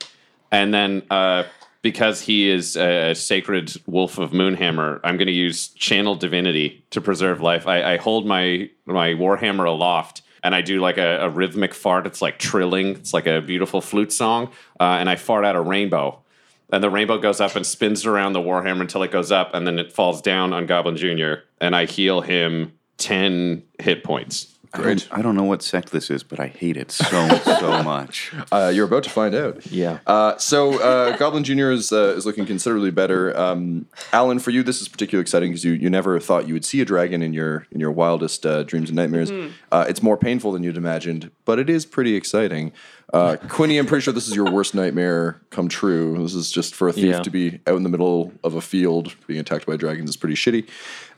Speaker 8: And then uh, because he is a sacred wolf of Moonhammer, I'm going to use channel divinity to preserve life. I, I hold my my warhammer aloft. And I do like a, a rhythmic fart. It's like trilling. It's like a beautiful flute song. Uh, and I fart out a rainbow. And the rainbow goes up and spins around the Warhammer until it goes up, and then it falls down on Goblin Jr., and I heal him 10 hit points.
Speaker 3: Great. I don't know what sect this is, but I hate it so so much.
Speaker 2: Uh, you're about to find out.
Speaker 4: Yeah.
Speaker 2: Uh, so uh, Goblin Junior is uh, is looking considerably better. Um, Alan, for you, this is particularly exciting because you, you never thought you would see a dragon in your in your wildest uh, dreams and nightmares.
Speaker 9: Mhm.
Speaker 2: Uh, it's more painful than you'd imagined, but it is pretty exciting. Uh, Quinny, I'm pretty sure this is your worst nightmare come true. This is just for a thief
Speaker 4: Yeah.
Speaker 2: to be out in the middle of a field being attacked by dragons is pretty shitty.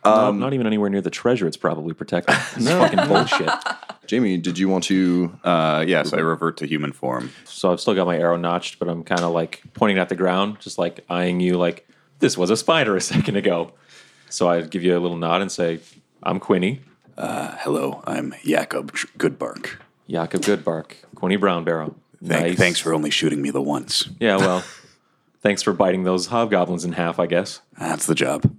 Speaker 2: Uh,
Speaker 4: Not- not even anywhere near the treasure it's probably protected. It's fucking bullshit.
Speaker 2: Jamie, did you want to?
Speaker 3: Uh, yes, I revert to human form.
Speaker 4: So I've still got my arrow notched, but I'm kind of like pointing at the ground, just like eyeing you, like this was a spider a second ago. So I give you a little nod and say, "I'm Quinny."
Speaker 3: Uh, hello, I'm Jakob Goodbark.
Speaker 4: Jakob Goodbark, Quinny Brownbarrow.
Speaker 3: Thank,
Speaker 4: Nice.
Speaker 3: Thanks for only shooting me the once.
Speaker 4: Yeah, well, thanks for biting those hobgoblins in half, I guess.
Speaker 3: That's the job.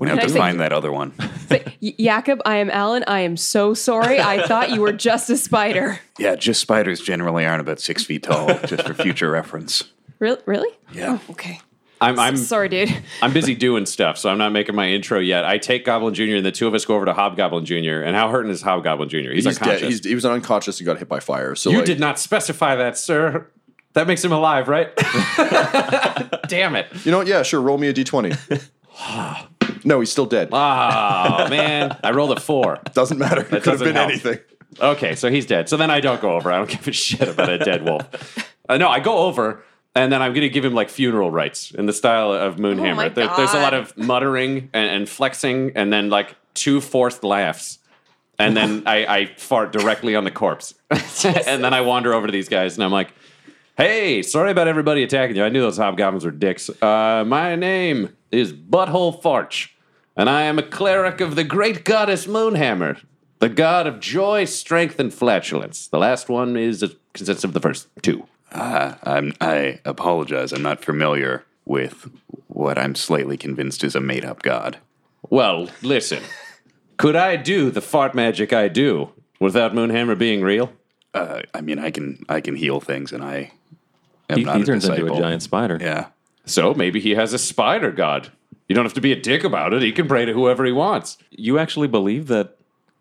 Speaker 3: We have
Speaker 5: Can
Speaker 3: to
Speaker 5: I say-
Speaker 3: find that other one.
Speaker 5: Y- Jakob, I am Alan. I am so sorry. I thought you were just a spider.
Speaker 3: Yeah, just spiders generally aren't about six feet tall, just for future reference.
Speaker 5: Really? really?
Speaker 3: Yeah.
Speaker 5: Oh, okay.
Speaker 8: I'm, I'm,
Speaker 5: sorry, dude.
Speaker 8: I'm busy doing stuff, so I'm not making my intro yet. I take Goblin Jr., and the two of us go over to Hobgoblin Jr. And how hurting is Hobgoblin Jr.? He's,
Speaker 2: dead.
Speaker 8: unconscious.
Speaker 2: He's- he was unconscious and got hit by fire. So
Speaker 8: you
Speaker 2: like-
Speaker 8: did not specify that, sir. That makes him alive, right? Damn it.
Speaker 2: You know what? Yeah, sure. Roll me a d20. no, he's still dead.
Speaker 8: Oh, man. I rolled a four.
Speaker 2: Doesn't matter. It could have been anything.
Speaker 8: Okay, so he's dead. So then I don't go over. I don't give a shit about a dead wolf. Uh, no, I go over, and then I'm going to give him like funeral rites in the style of
Speaker 5: Oh my
Speaker 8: Moonhammer. There- there's a
Speaker 5: God.
Speaker 8: lot of muttering and, and flexing, and then like two forced laughs. And then I, I fart directly on the corpse. and then I wander over to these guys, and I'm like, Hey, sorry about everybody attacking you. I knew those hobgoblins were dicks. Uh, my name is Butthole Farch, and I am a cleric of the great goddess Moonhammer, the god of joy, strength, and flatulence. The last one is consists of the first two.
Speaker 3: Uh, I'm, I apologize. I'm not familiar with what I'm slightly convinced is a made up god.
Speaker 8: Well, listen. Could I do the fart magic I do without Moonhammer being real?
Speaker 3: Uh, I mean, I can I can heal things, and I am
Speaker 8: He-
Speaker 3: not
Speaker 8: he
Speaker 3: a
Speaker 8: turns into a
Speaker 3: disciple.
Speaker 8: giant
Speaker 4: spider.
Speaker 3: Yeah.
Speaker 8: So maybe he has a spider god. You don't have to be a dick about it. He can pray to whoever he wants.
Speaker 4: You actually believe that?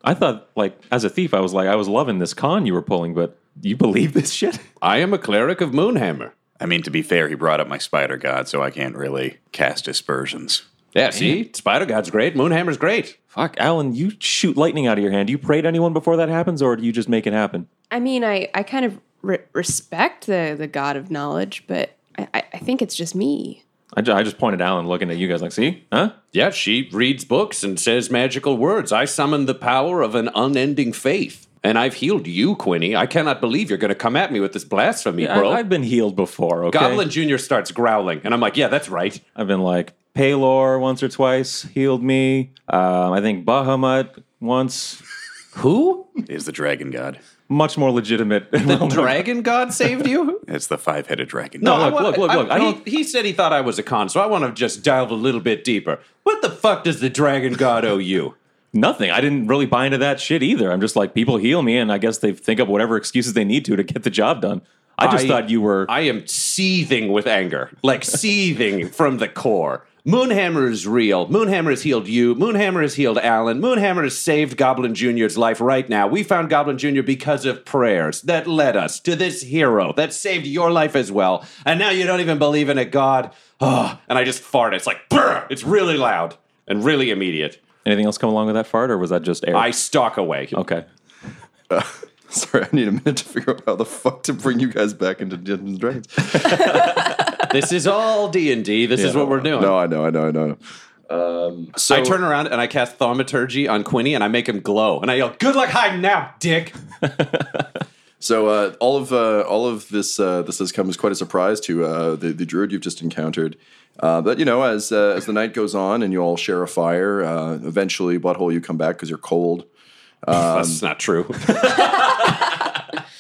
Speaker 4: I thought, like, as a thief, I was like, I was loving this con you were pulling, but you believe this shit?
Speaker 8: I am a cleric of Moonhammer.
Speaker 3: I mean, to be fair, he brought up my spider god, so I can't really cast aspersions.
Speaker 8: Yeah, see? Spider God's great. Moonhammer's great.
Speaker 4: Fuck, Alan, you shoot lightning out of your hand. Do you pray to anyone before that happens, or do you just make it happen?
Speaker 5: I mean, I, I kind of re- respect the, the god of knowledge, but I, I I think it's just me.
Speaker 4: I, ju- I just pointed at Alan, looking at you guys, like, see, huh?
Speaker 8: Yeah, she reads books and says magical words. I summon the power of an unending faith. And I've healed you, Quinny. I cannot believe you're going to come at me with this blasphemy,
Speaker 4: Yeah, I-
Speaker 8: bro.
Speaker 4: I've been healed before. Okay,
Speaker 8: Goblin Jr. starts growling. And I'm like, yeah, that's right.
Speaker 4: I've been like Paylor once or twice healed me. Um, I think Bahamut once.
Speaker 8: Who
Speaker 3: is the dragon god?
Speaker 4: Much more legitimate. The
Speaker 8: dragon god saved you?
Speaker 3: It's the five headed dragon.
Speaker 8: No,
Speaker 3: god.
Speaker 8: look, look, look, look. he, he said he thought I was a con, so I want to just delve a little bit deeper. What the fuck does the dragon god owe you?
Speaker 4: Nothing. I didn't really buy into that shit either. I'm just like people heal me, and I guess they think up whatever excuses they need to to get the job done. I just thought you were.
Speaker 8: I am seething with anger, like seething from the core. Moonhammer is real. Moonhammer has healed you. Moonhammer has healed Alan. Moonhammer has saved Goblin Jr.'s life right now. We found Goblin Jr. because of prayers that led us to this hero that saved your life as well. And now you don't even believe in a god. Ugh. and I just fart. It's like, brr! It's really loud and really immediate.
Speaker 4: Anything else come along with that fart, or was that just air?
Speaker 8: I stalk away.
Speaker 4: Okay.
Speaker 2: Uh, Sorry, I need a minute to figure out how the fuck to bring you guys back into Dungeons and Dragons.
Speaker 8: This is all D&D. This is
Speaker 2: Yeah.
Speaker 8: what we're doing.
Speaker 2: No, I know, I know, I know. Um, so
Speaker 8: I turn around and I cast thaumaturgy on Quinny and I make him glow. And I yell, Good luck hiding now, dick.
Speaker 2: So uh, all of uh, all of this uh, this has come as quite a surprise to uh, the, the druid you've just encountered. Uh, but you know, as uh, as the night goes on and you all share a fire, uh, eventually, butthole, you come back because you're cold.
Speaker 4: Um,
Speaker 8: That's not true.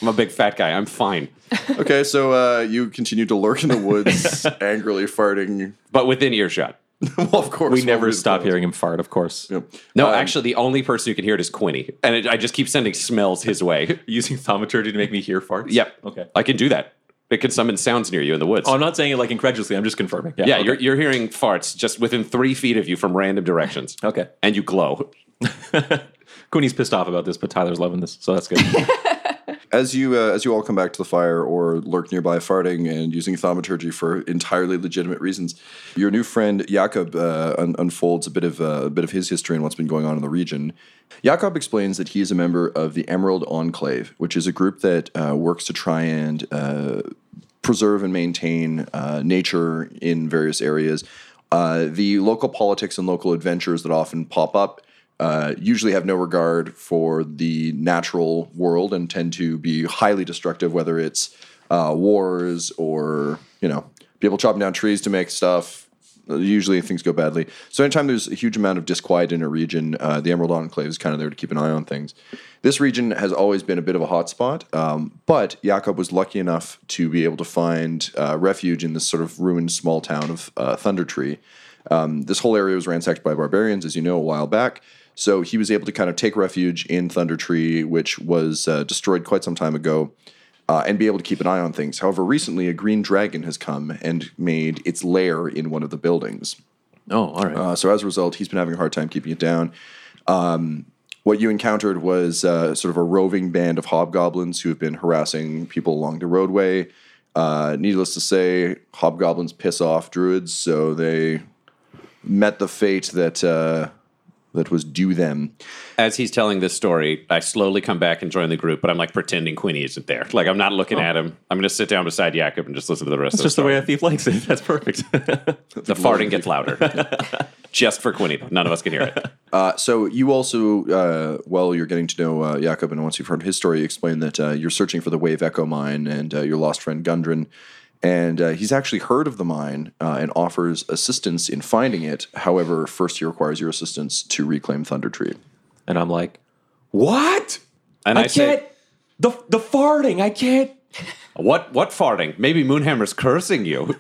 Speaker 8: I'm a big fat guy. I'm fine.
Speaker 2: okay, so uh, you continue to lurk in the woods, angrily farting,
Speaker 8: but within earshot.
Speaker 2: well, of course,
Speaker 4: we never stop hearing him fart. Of course. Um,
Speaker 8: No, actually, the only person who can hear it is Quinny, and it, I just keep sending smells his way.
Speaker 4: Using thaumaturgy to make me hear farts.
Speaker 8: Yep.
Speaker 4: Okay.
Speaker 8: I can do that. It can summon sounds near you in the woods.
Speaker 4: Oh, I'm not saying it like incredulously. I'm just confirming.
Speaker 8: yeah,
Speaker 4: okay.
Speaker 8: you're, you're hearing farts just within three feet of you from random directions.
Speaker 4: Okay.
Speaker 8: And you glow.
Speaker 4: Cooney's pissed off about this, but Tyler's loving this, so that's good.
Speaker 2: As you uh, as you all come back to the fire or lurk nearby, farting and using thaumaturgy for entirely legitimate reasons, your new friend Jakob uh, un- unfolds a bit of uh, a bit of his history and what's been going on in the region. Jakob explains that he is a member of the Emerald Enclave, which is a group that uh, works to try and uh, preserve and maintain uh, nature in various areas. Uh, the local politics and local adventures that often pop up uh, usually have no regard for the natural world and tend to be highly destructive, whether it's uh, wars or you know people chopping down trees to make stuff. Usually things go badly. So anytime there's a huge amount of disquiet in a region, uh, the Emerald Enclave is kind of there to keep an eye on things. This region has always been a bit of a hotspot, um, but Jakob was lucky enough to be able to find uh, refuge in this sort of ruined small town of uh, Thunder Tree. Um, this whole area was ransacked by barbarians, as you know, a while back. So he was able to kind of take refuge in Thunder Tree, which was uh, destroyed quite some time ago, uh, and be able to keep an eye on things. However, recently a green dragon has come and made its lair in one of the buildings.
Speaker 4: Oh, all right.
Speaker 2: Uh, so as a result, he's been having a hard time keeping it down. Um, what you encountered was uh, sort of a roving band of hobgoblins who have been harassing people along the roadway. Uh, needless to say, hobgoblins piss off druids, so they met the fate that uh, that was due them.
Speaker 8: As he's telling this story, I slowly come back and join the group, but I'm like pretending Quinny isn't there. Like I'm not looking at him. I'm going to sit down beside Jakob and just listen to the rest
Speaker 4: Oh. That's
Speaker 8: of the
Speaker 4: just the
Speaker 8: story.
Speaker 4: way a thief likes it. That's perfect.
Speaker 8: The farting gets louder. just for Quinny. though. None of us can hear it.
Speaker 2: Uh, so you also, uh, while you're getting to know uh, Jakob, and once you've heard his story, you explain that uh, you're searching for the Wave Echo mine and uh, your lost friend Gundren, and uh, he's actually heard of the mine uh, and offers assistance in finding it. However, first he requires your assistance to reclaim Thunder Tree.
Speaker 4: And I'm like, what?
Speaker 8: And I, say,
Speaker 4: the the farting. I can't.
Speaker 8: what what farting? Maybe Moonhammer's cursing you.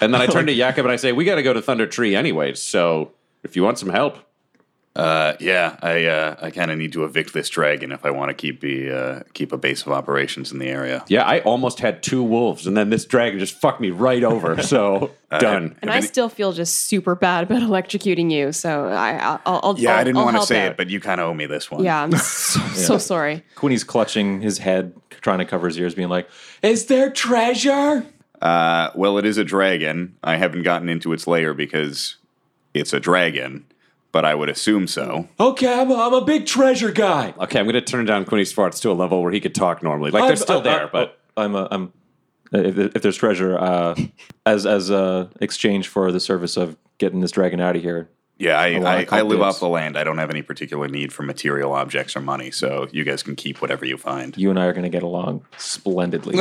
Speaker 8: And then I turn to Jakob and I say, "We got to go to Thunder Tree anyway. So if you want some help,
Speaker 3: Uh, yeah, I uh, I kind of need to evict this dragon if I want to keep the uh, keep a base of operations in the area.
Speaker 8: yeah, I almost had two wolves, and then this dragon just fucked me right over. So done.
Speaker 5: And I still feel just super bad about electrocuting you, so I, I'll, I'll.
Speaker 3: Yeah,
Speaker 5: I'll,
Speaker 3: I didn't
Speaker 5: I'll
Speaker 3: want to
Speaker 5: help
Speaker 3: say
Speaker 5: out.
Speaker 3: it, but you kind of owe me this one.
Speaker 5: Yeah, I'm so, so sorry.
Speaker 4: Quinny's clutching his head, trying to cover his ears, being like, "Is there treasure?"
Speaker 3: Uh, well, it is a dragon. I haven't gotten into its lair because it's a dragon, but I would assume so.
Speaker 5: Oh.
Speaker 4: Okay, I'm a, I'm a big treasure guy.
Speaker 8: Okay, I'm going to turn down Quinny's farts to a level where he could talk normally. Like
Speaker 4: I'm-
Speaker 8: they're still
Speaker 4: I'm-
Speaker 8: there,
Speaker 4: I'm-
Speaker 8: but
Speaker 4: I'm a, I'm if, if there's treasure, uh, as as a exchange for the service of getting this dragon out of here.
Speaker 3: Yeah, I,
Speaker 4: A lot of
Speaker 3: I, I live
Speaker 4: cop-dibs.
Speaker 3: off the land. I don't have any particular need for material objects or money, so you guys can keep whatever you find.
Speaker 4: You and I are going to get along splendidly.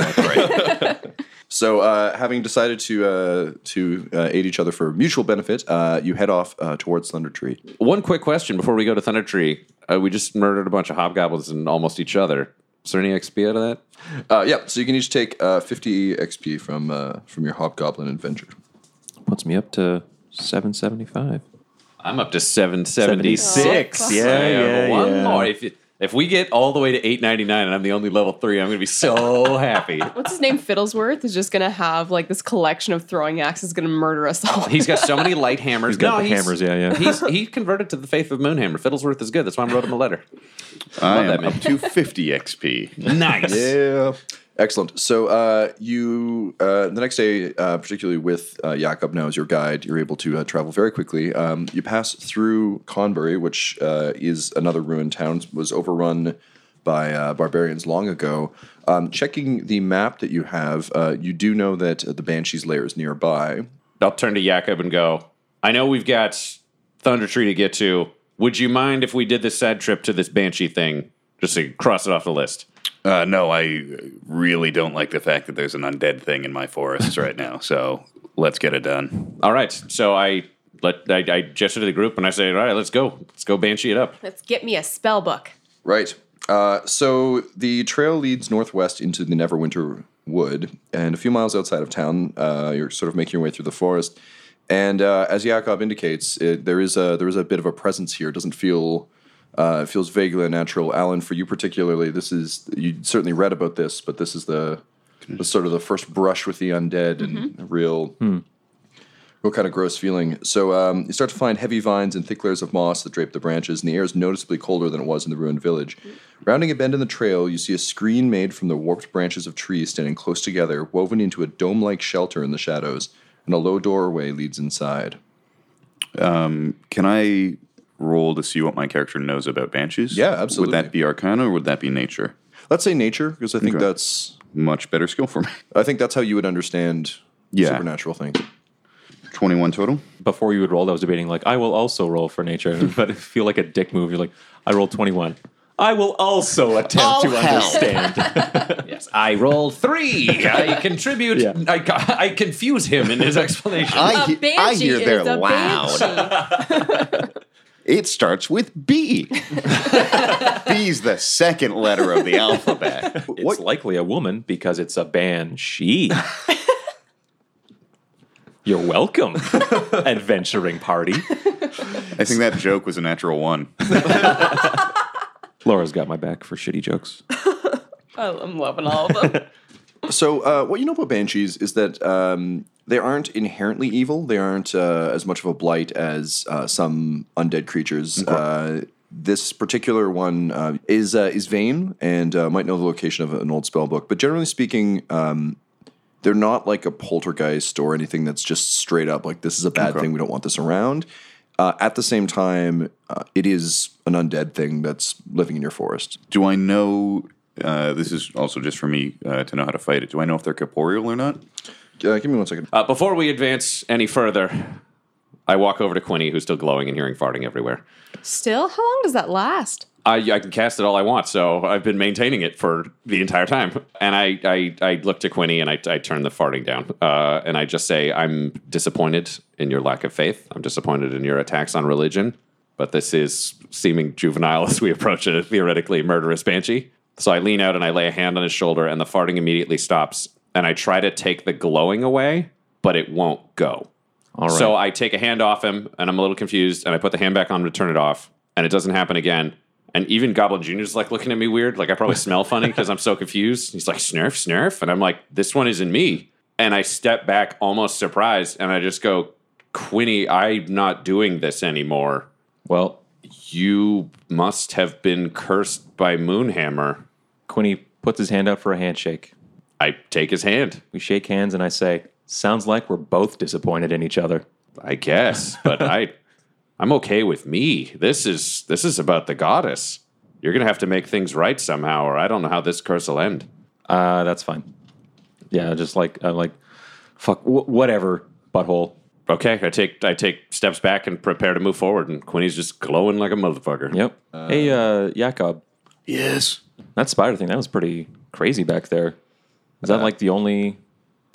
Speaker 2: So, uh, having decided to uh, to uh, aid each other for mutual benefit, uh, you head off uh, towards Thunder Tree.
Speaker 8: one quick question before we go to Thunder Tree: uh, We just murdered a bunch of hobgoblins and almost each other. Is there any XP out of that?
Speaker 2: Uh, yeah, so you can each take uh, 50 XP from uh, from your hobgoblin adventure.
Speaker 4: Puts me up to seven seventy five.
Speaker 8: I'm up to 776.
Speaker 4: Oh, fuck. Yeah,
Speaker 8: I have
Speaker 4: yeah,
Speaker 8: One
Speaker 4: yeah.
Speaker 8: more. If, it- if we get all the way to 899 and I'm the only level three, I'm going to be so happy.
Speaker 5: What's his name? Fiddlesworth is just gonna have like this collection of throwing axes, gonna murder us all.
Speaker 8: He's got so many light hammers.
Speaker 4: He's got the hammers, yeah, yeah.
Speaker 8: He's, he converted to the faith of Moonhammer. Fiddlesworth is good. That's why I wrote him a letter.
Speaker 3: I
Speaker 8: that
Speaker 3: am
Speaker 8: man.
Speaker 3: up to 50 XP.
Speaker 8: Nice.
Speaker 2: Yeah. Excellent. So uh, you uh, the next day, uh, particularly with uh, Jakob now as your guide, you're able to uh, travel very quickly. Um, you pass through Conbury, which uh, is another ruined town, was overrun by uh, barbarians long ago. Um, checking the map that you have, uh, you do know that uh, the Banshee's lair is nearby.
Speaker 8: I'll turn to Jakob and go, I know we've got Thunder Tree to get to. Would you mind if we did this side trip to this Banshee thing? Just to cross it off the list.
Speaker 3: Uh, no, I really don't like the fact that there's an undead thing in my forests right now. So let's get it done.
Speaker 8: All right. So I let I, I gesture to the group and I say, "All right, let's go. Let's go banshee it up."
Speaker 5: Let's get me a spell book.
Speaker 2: Right. Uh, so the trail leads northwest into the Neverwinter Wood, and a few miles outside of town, uh, you're sort of making your way through the forest. And uh, as Jakob indicates, it, there is a there is a bit of a presence here. It doesn't feel uh, it feels vaguely unnatural. Alan, for you particularly, this is you certainly read about this, but this is the, the sort of the first brush with the undead and a real real kind of gross feeling. So um, you start to find heavy vines and thick layers of moss that drape the branches, and the air is noticeably colder than it was in the ruined village. Rounding a bend in the trail, you see a screen made from the warped branches of trees standing close together, woven into a dome like shelter in the shadows, and a low doorway leads inside.
Speaker 3: Um, can I roll to see what my character knows about banshees? Yeah, absolutely. Would that be Arcana or would that be Nature?
Speaker 2: Let's say Nature, because I think that's
Speaker 3: much better skill for me.
Speaker 2: I think that's how you would understand
Speaker 3: Yeah.
Speaker 2: supernatural things.
Speaker 3: 21 total.
Speaker 4: Before you would roll, I was debating like I will also roll for nature, but I feel like a dick move. You're like I roll twenty one. I will also attempt
Speaker 10: All
Speaker 4: to
Speaker 10: hell.
Speaker 4: understand.
Speaker 10: yes, I roll three. I contribute. I, ca- I confuse him in his explanation.
Speaker 3: I he- I
Speaker 10: I
Speaker 3: hear their loud. It starts with B. B's the second letter of the alphabet.
Speaker 4: It's likely a woman because it's a banshee. You're welcome, adventuring party.
Speaker 3: I think that joke was a natural one.
Speaker 4: Laura's got my back for shitty jokes.
Speaker 5: Oh, I'm loving all of them.
Speaker 2: So, uh, what you know about banshees is that um, they aren't inherently evil. They aren't uh, as much of a blight as uh, some undead creatures. Uh, this particular one uh, is uh, is vain and uh, might know the location of an old spell book. But generally speaking, um, they're not like a poltergeist or anything that's just straight up like this is a bad thing. We don't want this around. Uh, at the same time, uh, it is an undead thing that's living in your forest.
Speaker 3: Do I know? Uh, this is also just for me uh, to know how to fight it. Do I know if they're corporeal or not?
Speaker 2: Uh, give me one second.
Speaker 8: Uh, before we advance any further, I walk over to Quinny, who's still glowing and hearing farting everywhere.
Speaker 5: Still, how long does that last?
Speaker 8: I, I can cast it all I want, so I've been maintaining it for the entire time. And I, I, I look to Quinny and I, I turn the farting down. Uh, and I just say, I'm disappointed in your lack of faith. I'm disappointed in your attacks on religion. But this is seeming juvenile as we approach a theoretically murderous banshee. So I lean out and I lay a hand on his shoulder, and the farting immediately stops. And I try to take the glowing away, but it won't go.
Speaker 4: All right.
Speaker 8: So I take a hand off him, and I'm a little confused, and I put the hand back on to turn it off, and it doesn't happen again. And even Goblin Junior's like looking at me weird, like I probably smell funny because I'm so confused. He's like snurf, snurf, and I'm like, this one isn't me. And I step back, almost surprised, and I just go, Quinny, I'm not doing this anymore.
Speaker 4: Well,
Speaker 8: you must have been cursed by Moonhammer.
Speaker 4: Quinny puts his hand out for a handshake.
Speaker 8: I take his hand.
Speaker 4: We shake hands, and I say, "Sounds like we're both disappointed in each other."
Speaker 8: I guess, but I I'm okay with me. This is this is about the goddess. You're gonna have to make things right somehow, or I don't know how this curse will end.
Speaker 4: Uh, that's fine. Yeah, just like I'm like, fuck, wh- whatever, butthole.
Speaker 8: Okay, I take I take steps back and prepare to move forward, and Quinny's just glowing like a motherfucker.
Speaker 4: Yep. hey, uh, Jakob.
Speaker 3: Yes.
Speaker 4: That spider thing that was pretty crazy back there. Is that like the only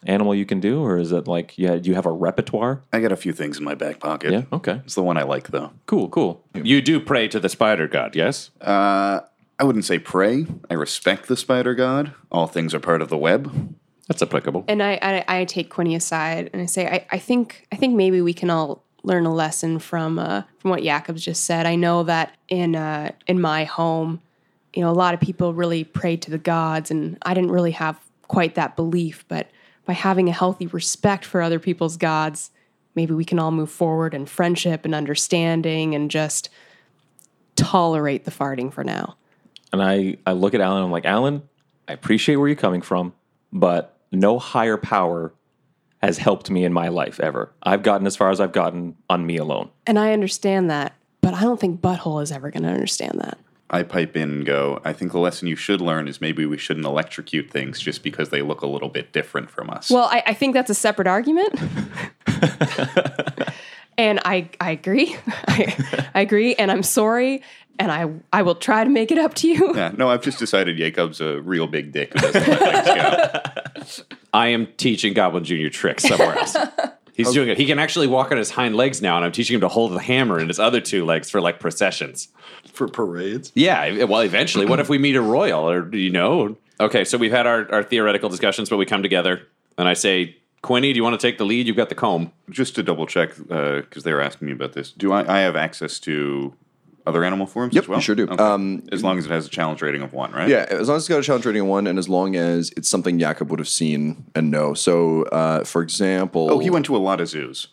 Speaker 4: animal you can do, or is that like yeah, do you have a repertoire?
Speaker 3: I got a few things in my back pocket.
Speaker 4: Yeah. Okay.
Speaker 3: It's the one I like, though.
Speaker 4: Cool. Cool.
Speaker 8: You do pray to the spider god, yes?
Speaker 3: Uh, I wouldn't say pray. I respect the spider god. All things are part of the web.
Speaker 8: That's applicable.
Speaker 5: And I, I, I take Quinny aside and I say, I, I think, I think maybe we can all learn a lesson from, uh, from what Jacob's just said. I know that in, uh, in my home, you know, a lot of people really prayed to the gods, and I didn't really have quite that belief. But by having a healthy respect for other people's gods, maybe we can all move forward in friendship and understanding, and just tolerate the farting for now.
Speaker 4: And I I look at Alan. I'm like, Alan, I appreciate where you're coming from, but no higher power has helped me in my life ever. I've gotten as far as I've gotten on me alone.
Speaker 5: And I understand that, but I don't think Butthole is ever going to understand that.
Speaker 3: I pipe in and go, I think the lesson you should learn is maybe we shouldn't electrocute things just because they look a little bit different from us.
Speaker 5: Well, I, I think that's a separate argument. and I, I agree. I, I agree. And I'm sorry. and I I will try to make it up to you.
Speaker 3: Yeah, no, I've just decided Jacob's a real big dick.
Speaker 11: I am teaching Goblin Junior tricks somewhere else. He's doing it. He can actually walk on his hind legs now, and I'm teaching him to hold the hammer in his other two legs for like processions.
Speaker 2: for parades.
Speaker 11: Yeah. e- Well, eventually, what if we meet a royal or, you know? Okay, so we've had our, our theoretical discussions, but we come together, and I say, Quinny, do you want to take the lead? You've got the comb.
Speaker 3: Just to double check, because they were asking me about this, do I, I have access to other animal forms as well?
Speaker 2: you sure do. Um,
Speaker 3: Okay. as long as it has a challenge rating of one, right?
Speaker 2: Yeah, as long as it's got a challenge rating of one, and as long as it's something Jakob would have seen and know. So, uh, for example,
Speaker 3: Oh, he went to a lot of zoos.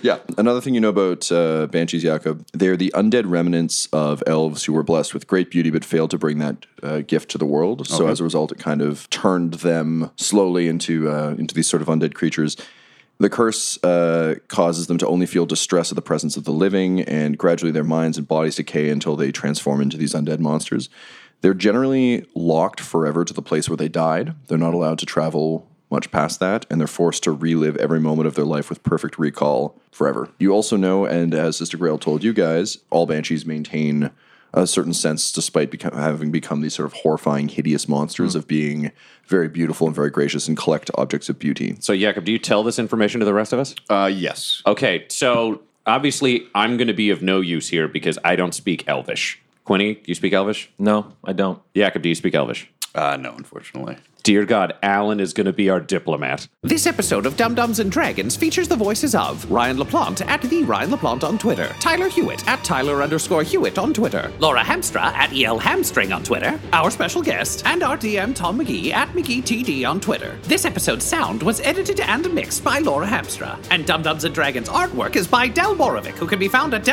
Speaker 2: yeah. Another thing you know about uh, banshees, Jakob, they're the undead remnants of elves who were blessed with great beauty but failed to bring that uh, gift to the world. So
Speaker 3: Okay.
Speaker 2: as a result, it kind of turned them slowly into uh, into these sort of undead creatures. The curse uh, causes them to only feel distress at the presence of the living, and gradually their minds and bodies decay until they transform into these undead monsters. They're generally locked forever to the place where they died. They're not allowed to travel much past that, and they're forced to relive every moment of their life with perfect recall forever. You also know, and as Sister Grail told you guys, all banshees maintain a certain sense, despite become, having become these sort of horrifying, hideous monsters, of being very beautiful and very gracious and collect objects of beauty.
Speaker 11: So, Jakob, do you tell this information to the rest of us?
Speaker 3: Uh, yes.
Speaker 11: Okay, so obviously, I'm going to be of no use here because I don't speak Elvish. Quinny, do you speak Elvish?
Speaker 12: No, I don't.
Speaker 11: Jakob, do you speak Elvish?
Speaker 3: Uh, no, unfortunately.
Speaker 11: Dear God, Alan is going to be our diplomat.
Speaker 8: This episode of Dum Dums and Dragons features the voices of Ryan LaPlante at the Ryan LaPlante on Twitter, Tyler Hewitt at Tyler underscore Hewitt on Twitter, Laura Hamstra at EL Hamstring on Twitter, our special guest, and our DM Tom McGee at McGeeTD on Twitter. This episode's sound was edited and mixed by Laura Hamstra, and Dum Dums and Dragons artwork is by Del Borovic, who can be found at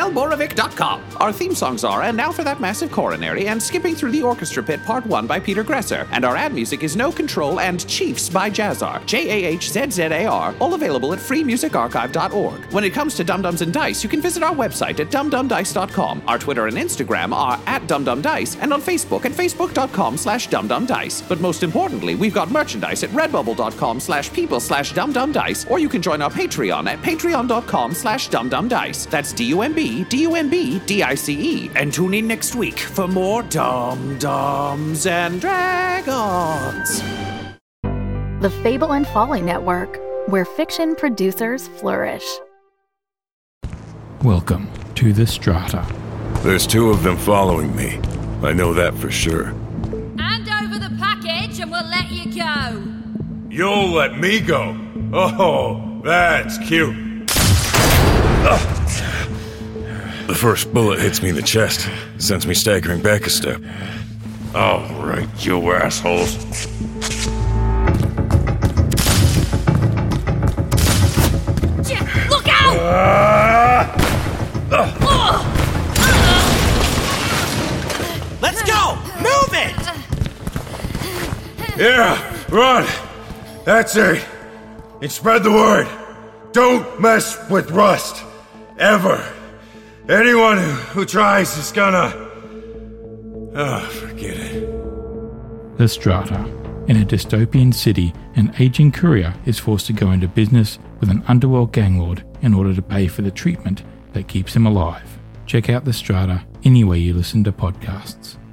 Speaker 8: delborovic.com. Our theme songs are And Now for That Massive Coronary and Skipping Through the Orchestra Pit Part 1 by Peter Gresser, and our ad music is No Control and Chiefs by Jazzar, J A H Z Z A R, all available at freemusicarchive.org. When it comes to Dum Dums and Dice, you can visit our website at dumdumdice.com. Our Twitter and Instagram are at dumdumdice, and on Facebook at facebook.com slash dumdumdice. But most importantly, we've got merchandise at redbubble.com slash people slash dumdumdice, or you can join our Patreon at patreon.com slash dumdumdice. That's D-U-M-B, D-U-M-B, D-I-C-E. E. And tune in next week for more Dum Dums and Dragons.
Speaker 13: The Fable and Folly Network, where fiction producers flourish.
Speaker 4: Welcome to the Strata.
Speaker 14: There's two of them following me. I know that for sure.
Speaker 15: Hand over the package and we'll let you go.
Speaker 14: You'll let me go. Oh, that's cute. The first bullet hits me in the chest, sends me staggering back a step. All right, you assholes.
Speaker 15: Jack, look out! Oh!
Speaker 16: Let's go! Move it!
Speaker 14: Yeah, run. That's it. And spread the word. Don't mess with Rust. Ever. Anyone who, who tries is gonna. Oh, forget it.
Speaker 4: The Strata. In a dystopian city, an aging courier is forced to go into business with an underworld ganglord in order to pay for the treatment that keeps him alive. Check out The Strata anywhere you listen to podcasts.